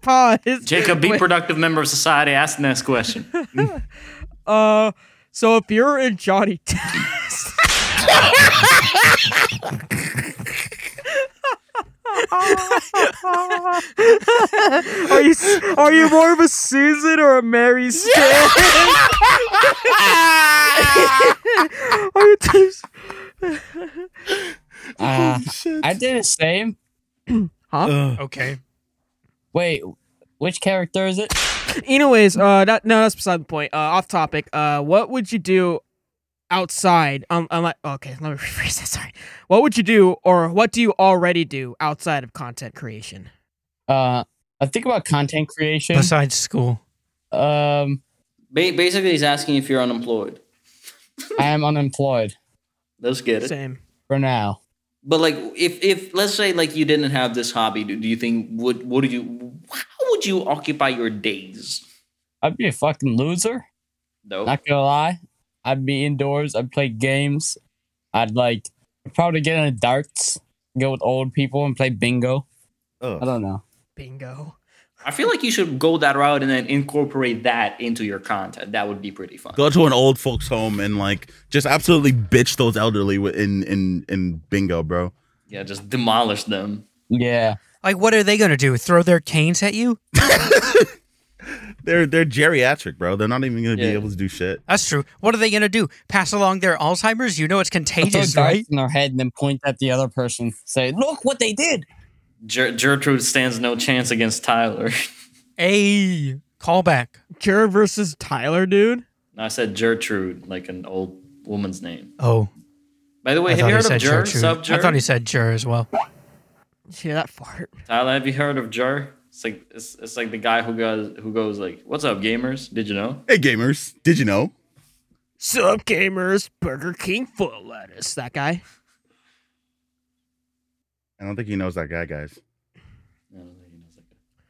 [SPEAKER 3] Pause.
[SPEAKER 1] Jacob, be
[SPEAKER 2] (laughs)
[SPEAKER 3] Wait,
[SPEAKER 1] productive member of society. Ask the next question.
[SPEAKER 3] Uh, so if you're in Johnny (laughs) Test. are you are you more of a Susan or a Mary Stan? (laughs) are you two-
[SPEAKER 2] Uh,
[SPEAKER 4] Shit.
[SPEAKER 2] I did the same.
[SPEAKER 5] Okay.
[SPEAKER 2] Wait, which character is it?
[SPEAKER 3] Anyways, uh, that, no, that's beside the point. Uh, off topic. Uh, what would you do outside? Um, I'm like, okay, let me (laughs) rephrase that. Sorry. What would you do, or what do you already do outside of content creation?
[SPEAKER 2] Uh, I think about content creation.
[SPEAKER 5] Besides school.
[SPEAKER 2] Um,
[SPEAKER 6] Ba- basically, he's asking if you're unemployed.
[SPEAKER 2] I am unemployed
[SPEAKER 6] Let's get it.
[SPEAKER 3] Same.
[SPEAKER 2] for now.
[SPEAKER 6] But like, if if let's say like you didn't have this hobby, do, do you think would what do you how would you occupy your days?
[SPEAKER 2] I'd be a fucking loser.
[SPEAKER 6] No,
[SPEAKER 2] Not gonna lie. I'd be indoors. I'd play games. I'd like probably get into darts, go with old people and play bingo. I
[SPEAKER 4] Ugh.
[SPEAKER 2] don't know.
[SPEAKER 3] Bingo.
[SPEAKER 6] I feel like you should go that route and then incorporate that into your content. That would be pretty fun.
[SPEAKER 4] Go to an old folks home and like just absolutely bitch those elderly wi- in in in bingo, bro.
[SPEAKER 6] Yeah, just demolish them.
[SPEAKER 2] Yeah.
[SPEAKER 5] Like, what are they going to do? Throw their canes at you?
[SPEAKER 4] They're they're geriatric, bro. They're not even gonna
[SPEAKER 6] Yeah.
[SPEAKER 4] be able to do shit.
[SPEAKER 5] That's true. What are they going to do? Pass along their Alzheimer's? You
[SPEAKER 4] (laughs)
[SPEAKER 5] know it's
[SPEAKER 2] Throw
[SPEAKER 5] contagious,
[SPEAKER 2] darts
[SPEAKER 5] right?
[SPEAKER 2] in their head and then point at the other person. Say, look what they did.
[SPEAKER 1] Ger- Gertrude stands no chance against Tyler. (laughs)
[SPEAKER 5] A callback.
[SPEAKER 3] Jared versus Tyler, dude.
[SPEAKER 1] No, I said Gertrude, like an old woman's name.
[SPEAKER 5] Oh,
[SPEAKER 1] By the way,
[SPEAKER 5] I
[SPEAKER 1] have
[SPEAKER 5] thought
[SPEAKER 1] you
[SPEAKER 5] he
[SPEAKER 1] heard
[SPEAKER 5] said
[SPEAKER 1] of Jer?
[SPEAKER 5] Gertrude.
[SPEAKER 1] Sub
[SPEAKER 5] I thought
[SPEAKER 1] Jer?
[SPEAKER 5] he said Jer as well.
[SPEAKER 3] Did you hear that fart?
[SPEAKER 1] Tyler, have you heard of Jer? It's like it's, it's like the guy who goes who goes like, "What's up, gamers? Did you know?"
[SPEAKER 4] Hey gamers, did you know?
[SPEAKER 3] Sup, gamers? Burger King foot lettuce. That guy.
[SPEAKER 4] I don't think he knows that guy, guys.
[SPEAKER 1] I don't think he knows that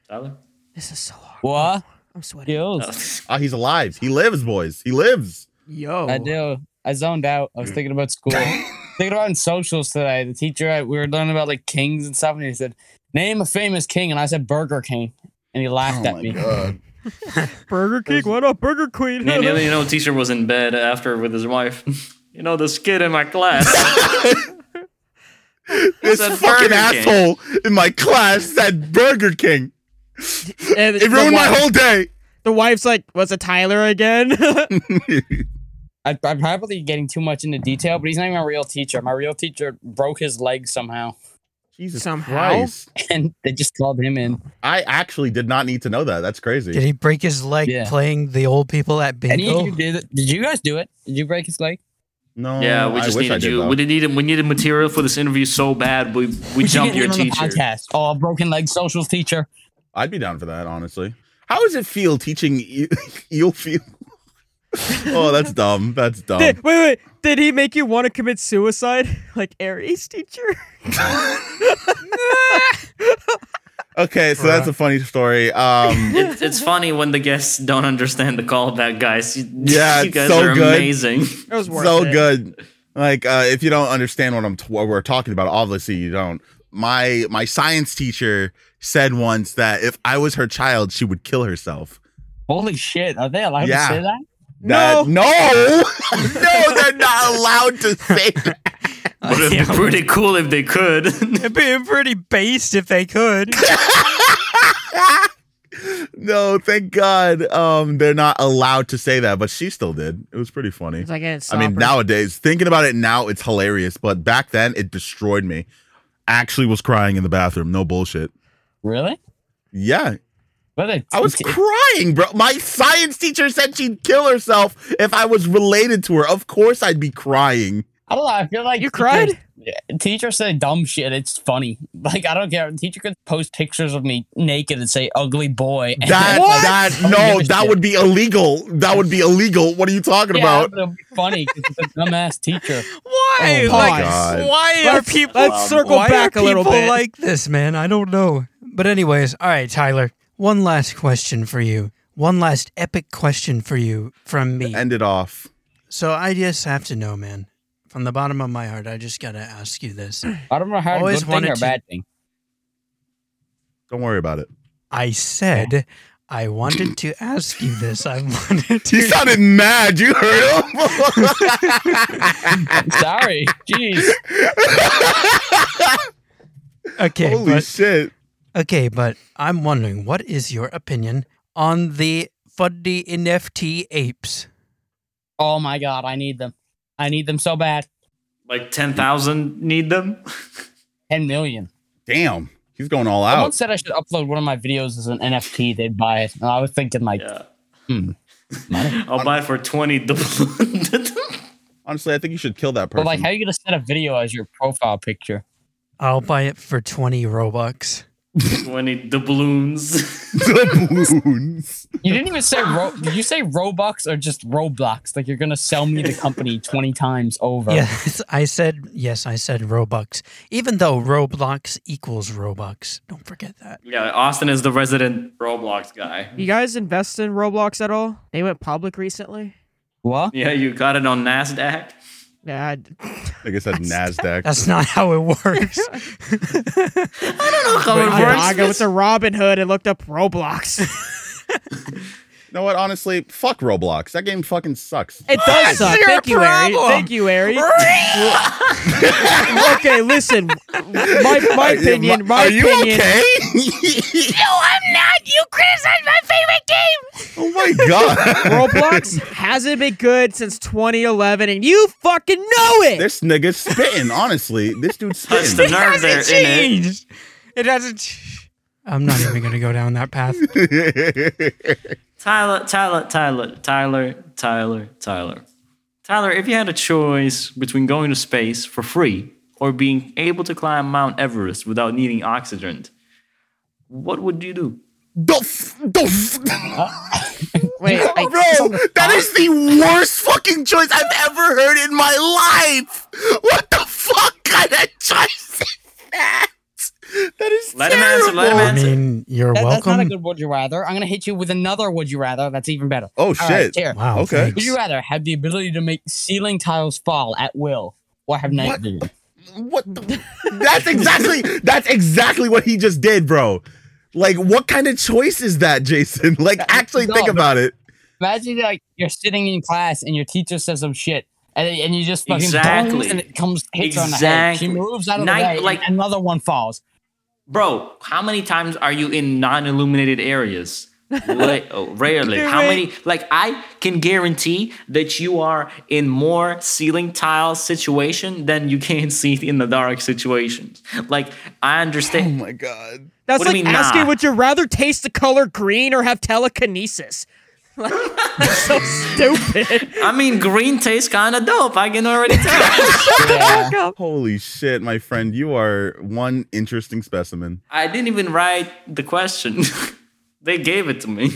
[SPEAKER 1] guy. Tyler.
[SPEAKER 3] This is so hard.
[SPEAKER 2] What?
[SPEAKER 3] I'm sweating.
[SPEAKER 2] Skills.
[SPEAKER 1] (laughs) Oh.
[SPEAKER 4] Ah, he's alive. He lives, boys. He lives.
[SPEAKER 3] Yo.
[SPEAKER 2] I do. I zoned out.
[SPEAKER 4] Mm.
[SPEAKER 2] I was thinking about
[SPEAKER 4] (laughs)
[SPEAKER 2] school. thinking about in socials today. The teacher, I, we were learning about like kings and stuff, and he said, "Name a famous king," and I said Burger King, and he laughed
[SPEAKER 4] Oh
[SPEAKER 2] at
[SPEAKER 4] my
[SPEAKER 2] me.
[SPEAKER 4] god.
[SPEAKER 3] Burger King. What up, Burger
[SPEAKER 2] (laughs)
[SPEAKER 3] Queen?
[SPEAKER 1] You know, you know, teacher was in bed after with his wife. (laughs) you know, this kid in my
[SPEAKER 2] (laughs)
[SPEAKER 1] class.
[SPEAKER 4] This
[SPEAKER 1] said Burger
[SPEAKER 4] fucking
[SPEAKER 1] King.
[SPEAKER 4] asshole in my class said Burger King.
[SPEAKER 3] (laughs) And
[SPEAKER 4] It ruined my
[SPEAKER 3] wife-
[SPEAKER 4] whole day.
[SPEAKER 3] The wife's like, "Was it Tyler again?" (laughs)
[SPEAKER 2] I, I'm probably getting too much into detail, but he's not even a real teacher. My real teacher broke his leg somehow,
[SPEAKER 4] Jesus
[SPEAKER 3] Somehow.
[SPEAKER 4] Christ.
[SPEAKER 2] (laughs) and they just called him in.
[SPEAKER 4] I actually did not need to know that. That's crazy.
[SPEAKER 5] Did he break his leg
[SPEAKER 2] Yeah.
[SPEAKER 5] playing the old people at
[SPEAKER 2] Any of
[SPEAKER 5] bingo?
[SPEAKER 2] you did it? Did you guys do it? Did you break his leg?
[SPEAKER 4] no.
[SPEAKER 1] yeah, we
[SPEAKER 4] Oh, I
[SPEAKER 1] just
[SPEAKER 4] wish I
[SPEAKER 1] needed
[SPEAKER 4] did,
[SPEAKER 1] you.
[SPEAKER 4] though.
[SPEAKER 1] We didn't need We needed material for this interview so bad. We we
[SPEAKER 2] should
[SPEAKER 1] jumped
[SPEAKER 2] get
[SPEAKER 1] your
[SPEAKER 2] him on the
[SPEAKER 1] teacher.
[SPEAKER 2] podcast. Oh, broken leg socials teacher.
[SPEAKER 4] I'd be down for that, honestly. How does it feel teaching (laughs) e- eel feel? oh, that's dumb.
[SPEAKER 3] (laughs)
[SPEAKER 4] That's
[SPEAKER 3] Did-
[SPEAKER 4] dumb.
[SPEAKER 3] wait, wait. Did he make you want to commit suicide, (laughs) like Aries teacher? (laughs)
[SPEAKER 4] Okay, so that's a funny story.
[SPEAKER 3] (laughs)
[SPEAKER 4] Um,
[SPEAKER 1] It, it's funny when the guests don't understand the callback, guys. You- (laughs)
[SPEAKER 4] Yeah,
[SPEAKER 1] you
[SPEAKER 4] it's
[SPEAKER 1] guys
[SPEAKER 4] so
[SPEAKER 1] are
[SPEAKER 2] (laughs)
[SPEAKER 4] good.
[SPEAKER 1] amazing.
[SPEAKER 3] It was worth
[SPEAKER 4] so
[SPEAKER 3] it.
[SPEAKER 4] good. Like, uh, if you don't understand what I'm t- what we're talking about, obviously you don't. My my science teacher said once that if I was her child, she would kill herself.
[SPEAKER 2] Holy shit! Are they allowed
[SPEAKER 4] Yeah.
[SPEAKER 2] to say that?
[SPEAKER 4] That,
[SPEAKER 3] No.
[SPEAKER 4] no, (laughs) no, they're not allowed to say that.
[SPEAKER 1] But it'd be pretty cool if they could. (laughs)
[SPEAKER 5] It'd be pretty based if they could.
[SPEAKER 4] No, thank God. Um, they're not allowed to say that, but she still did. It was pretty funny.
[SPEAKER 3] It's like it's.
[SPEAKER 4] I mean, nowadays, thinking about it now, it's hilarious. But back then, it destroyed me. Actually, was crying in the bathroom. No bullshit.
[SPEAKER 2] Really?
[SPEAKER 4] Yeah,
[SPEAKER 2] What a
[SPEAKER 4] I was
[SPEAKER 2] t-
[SPEAKER 4] crying, bro. My science teacher said she'd kill herself if I was related to her. Of course, I'd
[SPEAKER 2] (laughs)
[SPEAKER 4] be crying.
[SPEAKER 2] I don't know. I feel like
[SPEAKER 3] You
[SPEAKER 2] teachers-
[SPEAKER 3] cried?
[SPEAKER 2] Yeah, Teachers say dumb shit. It's funny. (laughs) Like I don't care. Teacher could post pictures of me naked and say "ugly boy." (laughs) and
[SPEAKER 4] That
[SPEAKER 2] like,
[SPEAKER 4] that
[SPEAKER 2] I don't
[SPEAKER 4] no,
[SPEAKER 2] give a
[SPEAKER 4] that
[SPEAKER 2] shit.
[SPEAKER 4] would be illegal. That would be illegal. What are you talking
[SPEAKER 2] yeah,
[SPEAKER 4] about?
[SPEAKER 2] but it'd be funny because
[SPEAKER 4] (laughs)
[SPEAKER 2] it's a dumbass teacher.
[SPEAKER 5] Why?
[SPEAKER 4] Oh my
[SPEAKER 5] like,
[SPEAKER 4] God. Um,
[SPEAKER 5] why are
[SPEAKER 3] Let's-
[SPEAKER 5] people?
[SPEAKER 3] let's circle
[SPEAKER 5] why
[SPEAKER 3] back
[SPEAKER 5] are
[SPEAKER 3] a little
[SPEAKER 5] people
[SPEAKER 3] bit.
[SPEAKER 5] like this, man? I don't know. But anyways, all right, Tyler. One last question for you. One last epic question for you from me.
[SPEAKER 4] End it off.
[SPEAKER 5] so I just have to know, man. From the bottom of my heart, I just gotta ask you this.
[SPEAKER 2] I don't know how Always
[SPEAKER 5] Always
[SPEAKER 2] good thing
[SPEAKER 5] wanted
[SPEAKER 2] or
[SPEAKER 5] to-
[SPEAKER 2] bad thing.
[SPEAKER 4] Don't worry about it.
[SPEAKER 5] I said I wanted to ask you this. I (laughs) wanted
[SPEAKER 4] He
[SPEAKER 5] to.
[SPEAKER 4] sounded mad. You heard (laughs) him. (laughs)
[SPEAKER 2] Sorry, jeez.
[SPEAKER 5] Okay,
[SPEAKER 4] Holy
[SPEAKER 5] but
[SPEAKER 4] shit!
[SPEAKER 5] Okay, but I'm wondering, what is your opinion on the Fuddy NFT apes?
[SPEAKER 2] Oh my god, I need them. I need them so bad.
[SPEAKER 1] Like ten thousand need them.
[SPEAKER 2] Ten million.
[SPEAKER 4] Damn, he's going all
[SPEAKER 2] Someone
[SPEAKER 4] out.
[SPEAKER 2] said I should upload one of my videos as an NFT. They'd buy it. And I was thinking like,
[SPEAKER 1] Yeah. I'll buy it for twenty. (laughs)
[SPEAKER 4] Honestly, I think you should kill that person.
[SPEAKER 2] but like, how are you gonna set a video as your profile picture?
[SPEAKER 5] I'll buy it for 20 Robux.
[SPEAKER 1] 20 doubloons. (laughs)
[SPEAKER 4] (laughs) the balloons.
[SPEAKER 2] You didn't even say ro- did you say Robux or just Roblox? Like you're gonna sell me the
[SPEAKER 4] (laughs)
[SPEAKER 2] company twenty times over.
[SPEAKER 5] Yes, I said, yes, I said Robux. Even though Roblox equals Robux. Don't forget that.
[SPEAKER 1] yeah, Austin is the resident Roblox guy.
[SPEAKER 3] You guys invest in Roblox at all? They went public recently.
[SPEAKER 2] What?
[SPEAKER 1] Yeah, you got it on NASDAQ.
[SPEAKER 3] Yeah, I d-
[SPEAKER 4] Like I said, Nasdaq.
[SPEAKER 5] That's not (laughs) how
[SPEAKER 2] (laughs)
[SPEAKER 5] it works.
[SPEAKER 3] I, I went to Robin Hood and looked up
[SPEAKER 5] (laughs)
[SPEAKER 3] Roblox. (laughs)
[SPEAKER 4] You know what? Honestly, fuck Roblox. That game fucking sucks.
[SPEAKER 3] It does suck. Thank you, Ari. Thank you,
[SPEAKER 5] (laughs)
[SPEAKER 3] Ari. (laughs) okay, listen.
[SPEAKER 4] (laughs)
[SPEAKER 3] My, my opinion. My
[SPEAKER 4] Are you (laughs)
[SPEAKER 3] opinion.
[SPEAKER 4] okay?
[SPEAKER 2] Ah,
[SPEAKER 4] no, I'm not. You criticized my favorite game. Oh my god. (laughs)
[SPEAKER 3] Roblox hasn't been good since 2011, and you fucking know it.
[SPEAKER 4] this nigga's spitting. Honestly, this dude's
[SPEAKER 1] Touch the
[SPEAKER 4] spitting.
[SPEAKER 1] nerve there, innit?
[SPEAKER 5] Jeez. It doesn't. I'm not even going to go down
[SPEAKER 4] (laughs)
[SPEAKER 5] that path.
[SPEAKER 1] Tyler, Tyler, Tyler, Tyler, Tyler, Tyler. Tyler, if you had a choice between going to space for free or being able to climb Mount Everest without needing oxygen, what would you do?
[SPEAKER 4] Duff, duff.
[SPEAKER 3] Wait, I,
[SPEAKER 4] Bro, that is the worst fucking choice I've ever heard in my life. What the fuck kind of choice is that? That is
[SPEAKER 1] Let him
[SPEAKER 4] terrible.
[SPEAKER 1] answer, let him
[SPEAKER 5] I
[SPEAKER 1] answer.
[SPEAKER 5] mean, you're
[SPEAKER 2] That- that's not a
[SPEAKER 5] welcome.
[SPEAKER 2] good would you rather. I'm gonna hit you with another would you rather. That's even better.
[SPEAKER 4] Oh,
[SPEAKER 2] All right,
[SPEAKER 4] shit.
[SPEAKER 2] here.
[SPEAKER 5] Wow.
[SPEAKER 4] Okay.
[SPEAKER 2] Would
[SPEAKER 5] thanks.
[SPEAKER 2] you rather have the ability to make ceiling tiles fall at will or have night
[SPEAKER 4] What?
[SPEAKER 2] vision?
[SPEAKER 4] What? The, (laughs) that's exactly. That's exactly what he just did, bro. Like, what kind of choice is that, Jason? (laughs) Like, actually
[SPEAKER 2] no,
[SPEAKER 4] think
[SPEAKER 2] but-
[SPEAKER 4] about it.
[SPEAKER 2] Imagine like you're sitting in class and your teacher says some shit. And, and you just fucking
[SPEAKER 1] Exactly.
[SPEAKER 2] boom, and it comes hits her on the head. She
[SPEAKER 1] Exactly.
[SPEAKER 2] moves out of
[SPEAKER 1] Night-
[SPEAKER 2] the way,
[SPEAKER 1] like-
[SPEAKER 2] like another
[SPEAKER 1] (laughs)
[SPEAKER 2] one falls.
[SPEAKER 1] Bro, how many times are you in non-illuminated areas? La- oh, Rarely. How many? Like I can guarantee that you are in more ceiling tile situation than you can (laughs) see in the dark situations. Like I
[SPEAKER 4] Oh
[SPEAKER 1] understand.
[SPEAKER 4] my god.
[SPEAKER 3] that's
[SPEAKER 1] What do
[SPEAKER 3] like
[SPEAKER 1] you mean,
[SPEAKER 3] asking,
[SPEAKER 1] nah?
[SPEAKER 3] would you rather taste the color green or have telekinesis? Like, (laughs) that's so stupid.
[SPEAKER 1] I mean, green tastes kind of dope. I can already tell.
[SPEAKER 2] Yeah.
[SPEAKER 4] Holy shit, my friend, you are one interesting specimen.
[SPEAKER 1] (laughs) I didn't even write the question. (laughs) they gave it to me,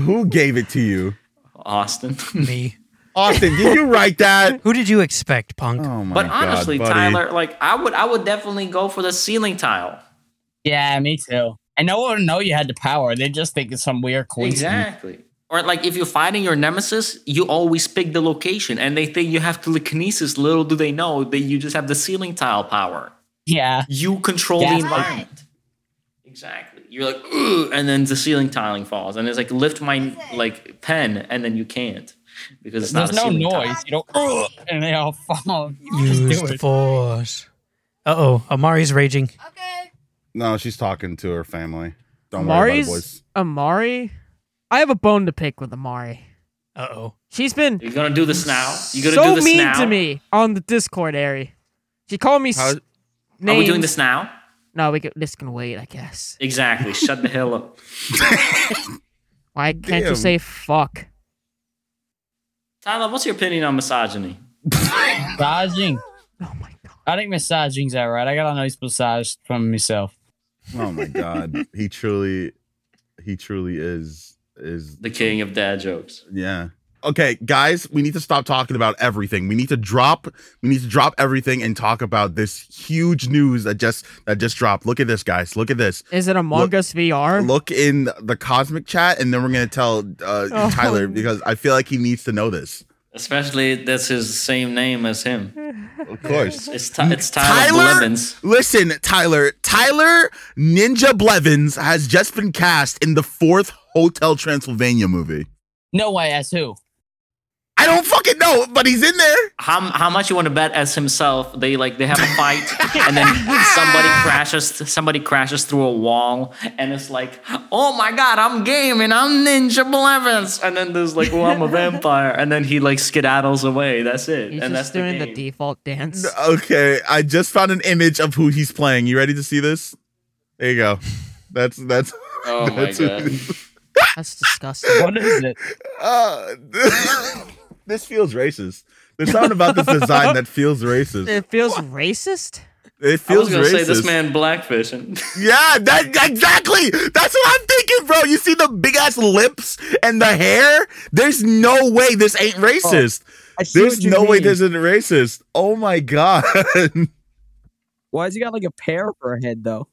[SPEAKER 4] Who gave it to you, (laughs)
[SPEAKER 1] Austin.
[SPEAKER 5] Me.
[SPEAKER 4] Austin? Did you write that?
[SPEAKER 5] Who did you expect, punk?
[SPEAKER 4] Oh my
[SPEAKER 1] But
[SPEAKER 4] god,
[SPEAKER 1] honestly,
[SPEAKER 4] buddy.
[SPEAKER 1] Tyler, like I would, I would definitely go for the ceiling tile.
[SPEAKER 2] Yeah, me too. And no one would know you had the power. They just think it's some weird coincidence.
[SPEAKER 1] Exactly. Or like if you're fighting your nemesis, you always pick the location, and they think you have telekinesis. Little do they know that you just have the ceiling tile power.
[SPEAKER 2] Yeah.
[SPEAKER 1] You control the
[SPEAKER 2] That's right.
[SPEAKER 1] environment. Exactly. You're like, "Ugh," and then the ceiling tiling falls, and it's like lift my like pen, and then you can't because it's
[SPEAKER 2] There's
[SPEAKER 1] not. a
[SPEAKER 2] no
[SPEAKER 1] ceiling tile.
[SPEAKER 2] noise. You don't, (laughs) "Ugh," and they all fall. (laughs) You
[SPEAKER 5] Use
[SPEAKER 2] just do
[SPEAKER 5] the
[SPEAKER 2] it.
[SPEAKER 5] force. Uh oh, Amari's raging.
[SPEAKER 4] No, she's talking to her family. Don't worry about it,
[SPEAKER 3] Amari's
[SPEAKER 4] boys.
[SPEAKER 3] Amari. I have a bone to pick with Amari.
[SPEAKER 5] Uh oh.
[SPEAKER 3] She's been
[SPEAKER 1] You're gonna do this now. You're gonna
[SPEAKER 3] so
[SPEAKER 1] do this
[SPEAKER 3] mean
[SPEAKER 1] now.
[SPEAKER 3] to me on the Discord, Ari. She called me.
[SPEAKER 4] How-
[SPEAKER 3] s-
[SPEAKER 1] Are we doing
[SPEAKER 3] names.
[SPEAKER 1] this now?
[SPEAKER 3] No, we can, this can wait, I guess.
[SPEAKER 1] Exactly. Shut the hell (laughs) up.
[SPEAKER 3] Why can't
[SPEAKER 4] Damn.
[SPEAKER 3] you say fuck?
[SPEAKER 1] Tyler, what's your opinion on misogyny?
[SPEAKER 2] Massaging.
[SPEAKER 3] Oh my god.
[SPEAKER 2] I think massaging's alright. I got a nice massage from myself.
[SPEAKER 4] Oh my god, he truly, he truly is is
[SPEAKER 1] The king of dad jokes.
[SPEAKER 4] yeah. Okay, guys, we need to stop talking about everything. We need to drop. We need to drop everything and talk about this huge news that just that just dropped. Look at this, guys. Look at this.
[SPEAKER 3] Is it Among
[SPEAKER 4] Look-
[SPEAKER 3] Us VR?
[SPEAKER 4] Look in the cosmic chat, and then we're gonna tell uh,
[SPEAKER 3] Oh.
[SPEAKER 4] Tyler because I feel like he needs to know this.
[SPEAKER 1] Especially that's his same name as him.
[SPEAKER 4] Of course.
[SPEAKER 1] It's Ty- it's Tyler, Blevins.
[SPEAKER 4] Listen, Tyler. Tyler Ninja Blevins has just been cast in the fourth Hotel Transylvania movie.
[SPEAKER 2] No way, as who?
[SPEAKER 4] I don't fucking know, but he's in there.
[SPEAKER 1] How how much you want to bet as himself? They like they have a
[SPEAKER 3] (laughs)
[SPEAKER 1] fight, and then somebody crashes somebody crashes through a wall, and it's like, oh my god, I'm game and I'm Ninja Blevins, and then there's like, well, I'm a vampire, and then he like skedaddles away. That's it,
[SPEAKER 3] He's
[SPEAKER 1] and that's
[SPEAKER 3] just doing the,
[SPEAKER 1] game.
[SPEAKER 3] default dance.
[SPEAKER 4] Okay, I just found an image of who he's playing. You ready to see this? There you go. That's that's.
[SPEAKER 1] (laughs) Oh my
[SPEAKER 4] that's who-
[SPEAKER 1] god.
[SPEAKER 4] (laughs)
[SPEAKER 3] That's (laughs) disgusting.
[SPEAKER 2] What is
[SPEAKER 7] (laughs)
[SPEAKER 2] it?
[SPEAKER 4] Uh, (laughs) this feels racist. There's something
[SPEAKER 1] (laughs)
[SPEAKER 4] about this design that feels racist.
[SPEAKER 3] it feels racist.
[SPEAKER 4] It
[SPEAKER 1] I was
[SPEAKER 4] feels
[SPEAKER 1] gonna
[SPEAKER 4] racist.
[SPEAKER 1] say this man blackfishing.
[SPEAKER 4] Yeah, that exactly. That's what I'm thinking, bro. You see the big ass lips and the hair? There's no way this ain't racist.
[SPEAKER 2] Oh, I see
[SPEAKER 4] There's
[SPEAKER 2] what you
[SPEAKER 4] no way
[SPEAKER 2] mean.
[SPEAKER 4] this isn't racist. Oh my god. (laughs)
[SPEAKER 7] Why has he got like a pear for a head though?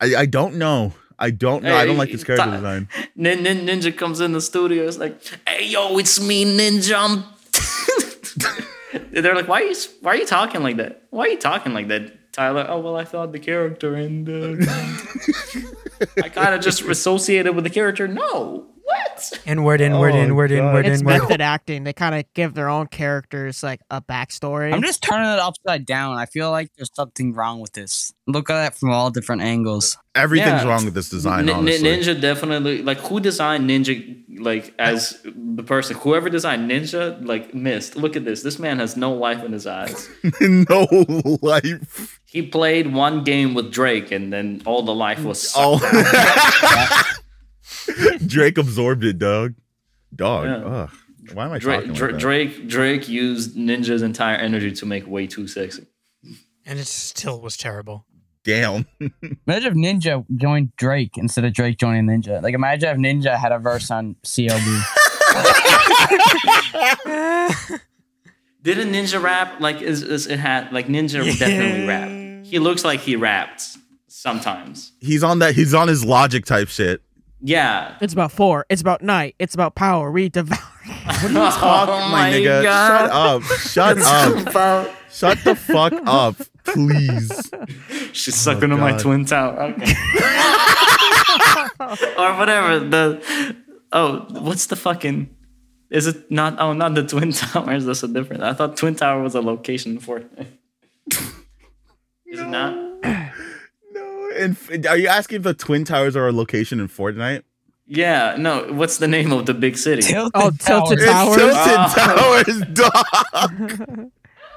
[SPEAKER 4] I, I don't know. I don't know. I don't
[SPEAKER 1] Hey,
[SPEAKER 4] like this character
[SPEAKER 1] Ty-
[SPEAKER 4] design.
[SPEAKER 1] Nin- Nin- Ninja comes in the studio. It's like, hey, yo, it's me, Ninja. I'm-" (laughs) They're like, why are you why are you talking like that? Why are you talking like that, Tyler? Oh well, I thought the character and uh, I kind of just associated with the character. No, what?
[SPEAKER 5] Inward, inward,
[SPEAKER 4] Oh,
[SPEAKER 5] inward,
[SPEAKER 4] God.
[SPEAKER 5] inward,
[SPEAKER 3] It's
[SPEAKER 5] inward.
[SPEAKER 3] method acting. They kind of give their own characters like a backstory.
[SPEAKER 2] I'm just turning it upside down. I feel like there's something wrong with this. Look at it from all different angles.
[SPEAKER 4] Everything's
[SPEAKER 1] Yeah.
[SPEAKER 4] wrong with this design,
[SPEAKER 1] Nin- Nin-
[SPEAKER 4] honestly.
[SPEAKER 1] Ninja definitely like who designed Ninja like as the person whoever designed Ninja like missed. Look at this. This man has no life in his eyes.
[SPEAKER 4] (laughs) no life.
[SPEAKER 1] He played one game with Drake, and then all the life was
[SPEAKER 4] Oh.
[SPEAKER 1] sucked out.
[SPEAKER 4] (laughs) Drake absorbed it, dog. Dog.
[SPEAKER 1] Yeah.
[SPEAKER 4] Ugh. Why am I
[SPEAKER 1] Drake,
[SPEAKER 4] talking like
[SPEAKER 1] Drake,
[SPEAKER 4] that?
[SPEAKER 1] Drake Drake used Ninja's entire energy to make way too sexy.
[SPEAKER 5] And it still was terrible.
[SPEAKER 4] Damn. (laughs)
[SPEAKER 2] Imagine if Ninja joined Drake instead of Drake joining Ninja. Like, imagine if Ninja had a verse on (laughs) CLB.
[SPEAKER 1] Did a ninja rap like is, is it had like ninja definitely rapped. He looks like he rapped sometimes.
[SPEAKER 4] He's on that he's on his logic type shit.
[SPEAKER 1] Yeah.
[SPEAKER 3] it's about four. It's about night. It's about power. We devour. (laughs)
[SPEAKER 4] Fuck,
[SPEAKER 1] (laughs) Oh
[SPEAKER 4] my, nigga. Shut (laughs) up. Shut up.
[SPEAKER 1] About-
[SPEAKER 4] Shut the fuck up, please.
[SPEAKER 1] She's sucking on my
[SPEAKER 4] Oh God.
[SPEAKER 1] twin tower.
[SPEAKER 4] (laughs)
[SPEAKER 1] Okay. or whatever the oh what's the fucking is it not oh not the twin (laughs) towers that's a different I thought twin tower was a location for it. (laughs) Is it not?
[SPEAKER 4] No. And f- are you asking if the twin towers are a location in Fortnite?
[SPEAKER 1] Yeah, no, what's the name of the big city?
[SPEAKER 3] Oh, tilted towers.
[SPEAKER 4] It's tilted towers, (laughs) dog.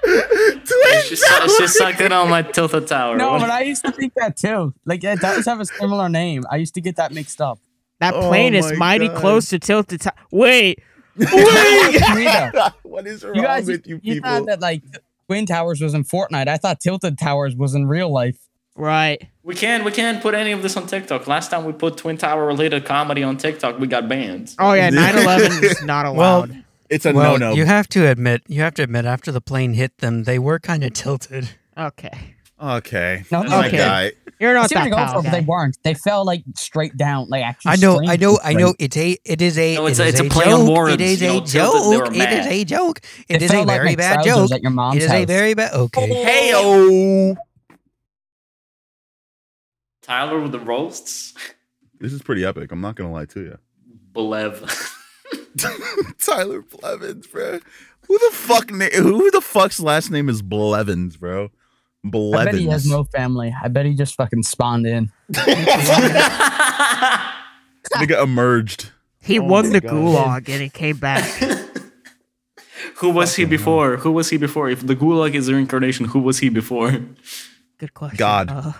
[SPEAKER 1] It's
[SPEAKER 4] twin
[SPEAKER 1] just, it's just sucking on my tilted tower.
[SPEAKER 2] No, but I used to think that too. Like, it does have a similar name. I used to get that mixed up.
[SPEAKER 3] that
[SPEAKER 4] Oh
[SPEAKER 3] plane
[SPEAKER 4] my
[SPEAKER 3] is mighty
[SPEAKER 4] God.
[SPEAKER 3] close to tilted. Ti- Wait,
[SPEAKER 2] Rita,
[SPEAKER 4] what is wrong
[SPEAKER 2] you guys,
[SPEAKER 4] with you,
[SPEAKER 2] you, thought
[SPEAKER 4] people?
[SPEAKER 2] that like Twin Towers was in Fortnite. I thought Tilted Towers was in real life.
[SPEAKER 3] right?
[SPEAKER 1] we can't we can't put any of this on TikTok. Last time we put Twin Tower related comedy on TikTok, we got banned.
[SPEAKER 3] Oh (laughs) yeah, 9/11 is (laughs) not
[SPEAKER 5] Well,
[SPEAKER 3] allowed.
[SPEAKER 4] It's a
[SPEAKER 5] well,
[SPEAKER 4] no-no.
[SPEAKER 5] you have to admit, you have to admit, after the plane hit them, they were kind of tilted.
[SPEAKER 3] okay,
[SPEAKER 4] okay.
[SPEAKER 2] No,
[SPEAKER 4] Oh
[SPEAKER 2] no,
[SPEAKER 4] my
[SPEAKER 3] Okay.
[SPEAKER 4] God.
[SPEAKER 3] you're
[SPEAKER 2] I
[SPEAKER 3] not
[SPEAKER 2] see what
[SPEAKER 3] that
[SPEAKER 2] you're going
[SPEAKER 3] power
[SPEAKER 2] for, but they
[SPEAKER 3] guy.
[SPEAKER 2] weren't. They fell like straight down, like actually.
[SPEAKER 5] I know, I
[SPEAKER 2] straight
[SPEAKER 5] know, I know.
[SPEAKER 2] straight.
[SPEAKER 5] It's a, it is a,
[SPEAKER 1] No,
[SPEAKER 5] it
[SPEAKER 1] it's
[SPEAKER 5] is
[SPEAKER 1] a-
[SPEAKER 5] a,
[SPEAKER 1] it's a play on
[SPEAKER 5] joke.
[SPEAKER 1] words,
[SPEAKER 5] It is
[SPEAKER 1] you
[SPEAKER 5] a
[SPEAKER 1] know, tilted, they were
[SPEAKER 5] joke. It is
[SPEAKER 1] mad.
[SPEAKER 5] a joke. It
[SPEAKER 2] They
[SPEAKER 5] is a
[SPEAKER 2] fell, like,
[SPEAKER 5] very
[SPEAKER 2] my
[SPEAKER 5] bad
[SPEAKER 2] trousers
[SPEAKER 5] joke.
[SPEAKER 2] At your mom's
[SPEAKER 5] It is
[SPEAKER 2] house.
[SPEAKER 5] a very bad. Okay.
[SPEAKER 4] Heyo.
[SPEAKER 1] Tyler with the roasts,
[SPEAKER 4] This is pretty epic. I'm not gonna lie to you.
[SPEAKER 1] Blev.
[SPEAKER 4] (laughs)
[SPEAKER 1] (laughs)
[SPEAKER 4] Tyler Blevins, bro. Who the fuck? Na- who the fuck's last name is Blevins, bro?
[SPEAKER 2] I
[SPEAKER 4] Blevins.
[SPEAKER 2] bet he has no family. I bet he just fucking spawned in.
[SPEAKER 4] Nigga emerged.
[SPEAKER 3] He
[SPEAKER 2] Oh
[SPEAKER 3] won
[SPEAKER 2] my
[SPEAKER 3] the
[SPEAKER 2] God.
[SPEAKER 3] gulag and he came back. (laughs)
[SPEAKER 1] Who was he before? Who was he before? If the Gulag is a reincarnation, who was he before?
[SPEAKER 3] Good question.
[SPEAKER 4] God.
[SPEAKER 3] Uh,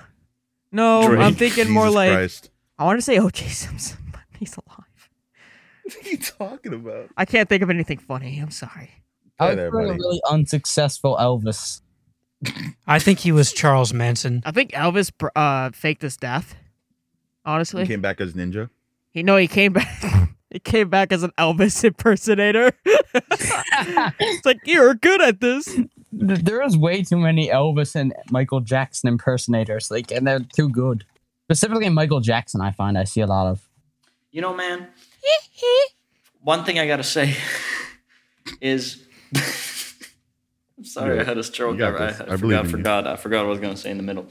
[SPEAKER 3] no, I'm
[SPEAKER 1] Drake.
[SPEAKER 3] thinking
[SPEAKER 4] Jesus
[SPEAKER 3] more like
[SPEAKER 4] Christ.
[SPEAKER 3] I want to say O.J. Simpson, but he's alive.
[SPEAKER 4] (laughs) What are you talking about?
[SPEAKER 3] I can't think of anything funny. I'm sorry.
[SPEAKER 2] I
[SPEAKER 4] Hi
[SPEAKER 2] was
[SPEAKER 4] there,
[SPEAKER 2] for a
[SPEAKER 4] buddy.
[SPEAKER 2] really unsuccessful
[SPEAKER 5] (laughs)
[SPEAKER 2] Elvis.
[SPEAKER 5] I think he was Charles Manson.
[SPEAKER 3] I think Elvis pr- uh, faked his death. Honestly,
[SPEAKER 4] He came back as ninja.
[SPEAKER 3] he no, he came back. (laughs) he came back as an Elvis impersonator. (laughs) it's like you're good at this.
[SPEAKER 2] Th- There is way too many Elvis and Michael Jackson impersonators, like, and they're too good. Specifically, Michael Jackson, I find I see a lot of.
[SPEAKER 1] You know, man. one thing I gotta say (laughs) is, I'm sorry, I had a stroke.
[SPEAKER 4] You got
[SPEAKER 1] I, I,
[SPEAKER 4] this. I believe
[SPEAKER 1] forgot,
[SPEAKER 4] in you.
[SPEAKER 1] forgot, I forgot what I was gonna say in the middle.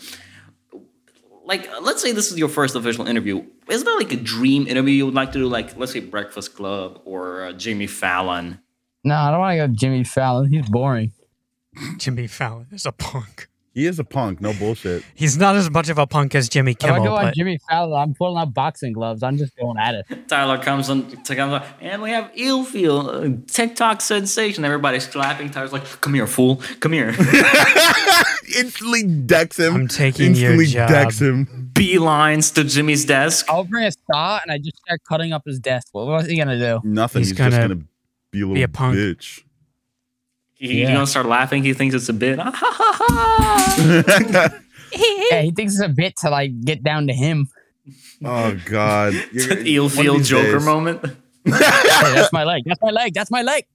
[SPEAKER 1] Like, let's say this is your first official interview. Is there like a dream interview you would like to do? Like, let's say Breakfast Club or uh, Jimmy Fallon.
[SPEAKER 2] No, I don't want to go Jimmy Fallon. He's boring.
[SPEAKER 5] Jimmy Fallon is a punk.
[SPEAKER 4] He is a punk. No bullshit.
[SPEAKER 5] He's not as much of a punk as Jimmy
[SPEAKER 2] if I
[SPEAKER 5] Kimmel,
[SPEAKER 2] go on
[SPEAKER 5] but
[SPEAKER 2] Jimmy Fallon, I'm pulling out boxing gloves. I'm just going at it.
[SPEAKER 1] Tyler comes on, comes on and we have Eelfield, uh, TikTok sensation. Everybody's clapping. Tyler's like, "Come here, fool! Come here!"
[SPEAKER 4] (laughs)
[SPEAKER 1] (laughs)
[SPEAKER 4] instantly decks him.
[SPEAKER 5] I'm taking your
[SPEAKER 4] instantly
[SPEAKER 5] job.
[SPEAKER 4] decks him.
[SPEAKER 1] Beelines to Jimmy's desk.
[SPEAKER 2] I'll bring a saw and I just start cutting up his desk. What was he gonna do?
[SPEAKER 5] (laughs)
[SPEAKER 4] Nothing. He's,
[SPEAKER 5] He's
[SPEAKER 4] just
[SPEAKER 5] gonna
[SPEAKER 4] gonna be a little
[SPEAKER 5] be a punk.
[SPEAKER 4] (laughs) bitch.
[SPEAKER 1] He,
[SPEAKER 2] Yeah.
[SPEAKER 1] He's gonna start laughing. He thinks it's a bit. (laughs)
[SPEAKER 2] Yeah, he thinks it's a bit to like get down to him.
[SPEAKER 4] oh God. (laughs) You're-
[SPEAKER 1] Eel
[SPEAKER 4] one of
[SPEAKER 1] field
[SPEAKER 4] these
[SPEAKER 1] Joker
[SPEAKER 4] days,
[SPEAKER 1] moment. (laughs)
[SPEAKER 2] Hey, that's my leg. That's my leg. That's my leg.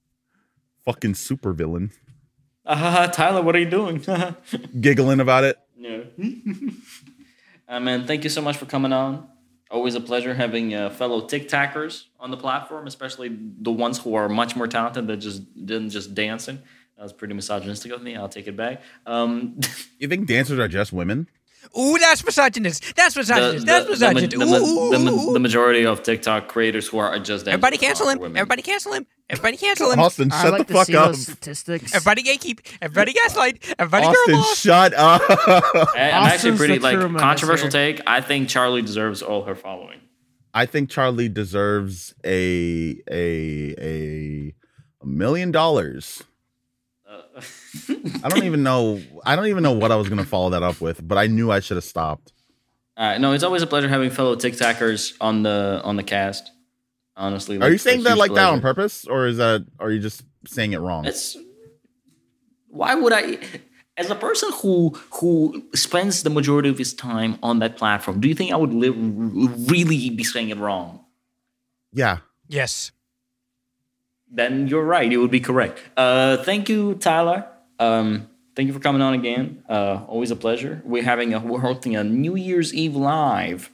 [SPEAKER 4] Fucking supervillain.
[SPEAKER 1] Uh, Tyler, what are you doing? (laughs)
[SPEAKER 4] Giggling about it.
[SPEAKER 1] no. uh, man, thank you so much for coming on. Always a pleasure having uh, fellow TikTokers on the platform, especially the ones who are much more talented than just than just dancing. That was pretty misogynistic of me. I'll take it back. Um, (laughs)
[SPEAKER 4] You think dancers are just women?
[SPEAKER 5] ooh, that's misogynist. That's misogynist. that's misogynist.
[SPEAKER 1] the, ma-
[SPEAKER 5] ooh,
[SPEAKER 1] the ma-
[SPEAKER 5] ooh, ooh,
[SPEAKER 1] the
[SPEAKER 5] ooh.
[SPEAKER 1] majority of TikTok creators who are just dancers
[SPEAKER 5] Everybody
[SPEAKER 1] are
[SPEAKER 5] cancel him.
[SPEAKER 1] women.
[SPEAKER 5] Everybody cancel him. Everybody cancel him.
[SPEAKER 4] Austin,
[SPEAKER 3] I
[SPEAKER 4] shut
[SPEAKER 3] like
[SPEAKER 4] the
[SPEAKER 3] to
[SPEAKER 4] fuck
[SPEAKER 3] see
[SPEAKER 4] up.
[SPEAKER 3] those statistics.
[SPEAKER 5] Everybody gatekeep. Everybody gaslight. Everybody
[SPEAKER 4] Austin,
[SPEAKER 5] girl boss.
[SPEAKER 4] shut (laughs) up.
[SPEAKER 1] I- I'm actually
[SPEAKER 3] Austin's
[SPEAKER 1] pretty
[SPEAKER 3] the
[SPEAKER 1] like
[SPEAKER 3] Truman this
[SPEAKER 1] controversial
[SPEAKER 3] year.
[SPEAKER 1] take. I think Charlie deserves all her following.
[SPEAKER 4] I think Charlie deserves a a a a million dollars.
[SPEAKER 1] Uh, (laughs)
[SPEAKER 4] I don't even know. I don't even know what I was gonna follow that up with, but I knew I should have stopped.
[SPEAKER 1] All right, no, it's always a pleasure having fellow TikTokers on the on the cast. Honestly,
[SPEAKER 4] Are
[SPEAKER 1] like,
[SPEAKER 4] you
[SPEAKER 1] a
[SPEAKER 4] saying that
[SPEAKER 1] huge
[SPEAKER 4] like that on
[SPEAKER 1] pleasure.
[SPEAKER 4] purpose, or is that are you just saying it wrong?
[SPEAKER 1] It's why would I, as a person who who spends the majority of his time on that platform, do you think I would li- really be saying it wrong?
[SPEAKER 4] yeah.
[SPEAKER 5] Yes.
[SPEAKER 1] Then you're right; it would be correct. Uh, thank you, Tyler. Um, thank you for coming on again. Uh, always a pleasure. We're having a (laughs) we're hosting a New Year's Eve live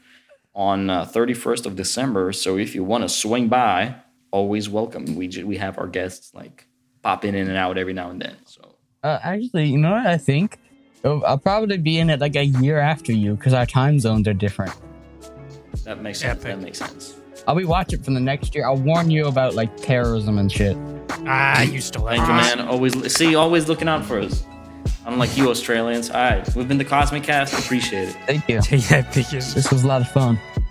[SPEAKER 1] on uh, 31st of December. So if you want to swing by, always welcome. We ju- we have our guests like pop in and out every now and then. So
[SPEAKER 2] Uh, actually, you know what I think? Oh, I'll probably be in it like a year after you because our time zones are different.
[SPEAKER 1] that makes sense.
[SPEAKER 5] Epic.
[SPEAKER 1] That makes sense.
[SPEAKER 2] I'll be watching from the next year. I'll warn you about like terrorism and shit.
[SPEAKER 5] Ah, you stole
[SPEAKER 1] Thank you,
[SPEAKER 5] that. (laughs)
[SPEAKER 1] man. Always see, always looking out for us. Unlike you Australians. All right, we've been the Cosmic Cast. Appreciate it.
[SPEAKER 2] Thank you.
[SPEAKER 5] Take that, bitches.
[SPEAKER 2] This was a lot of fun.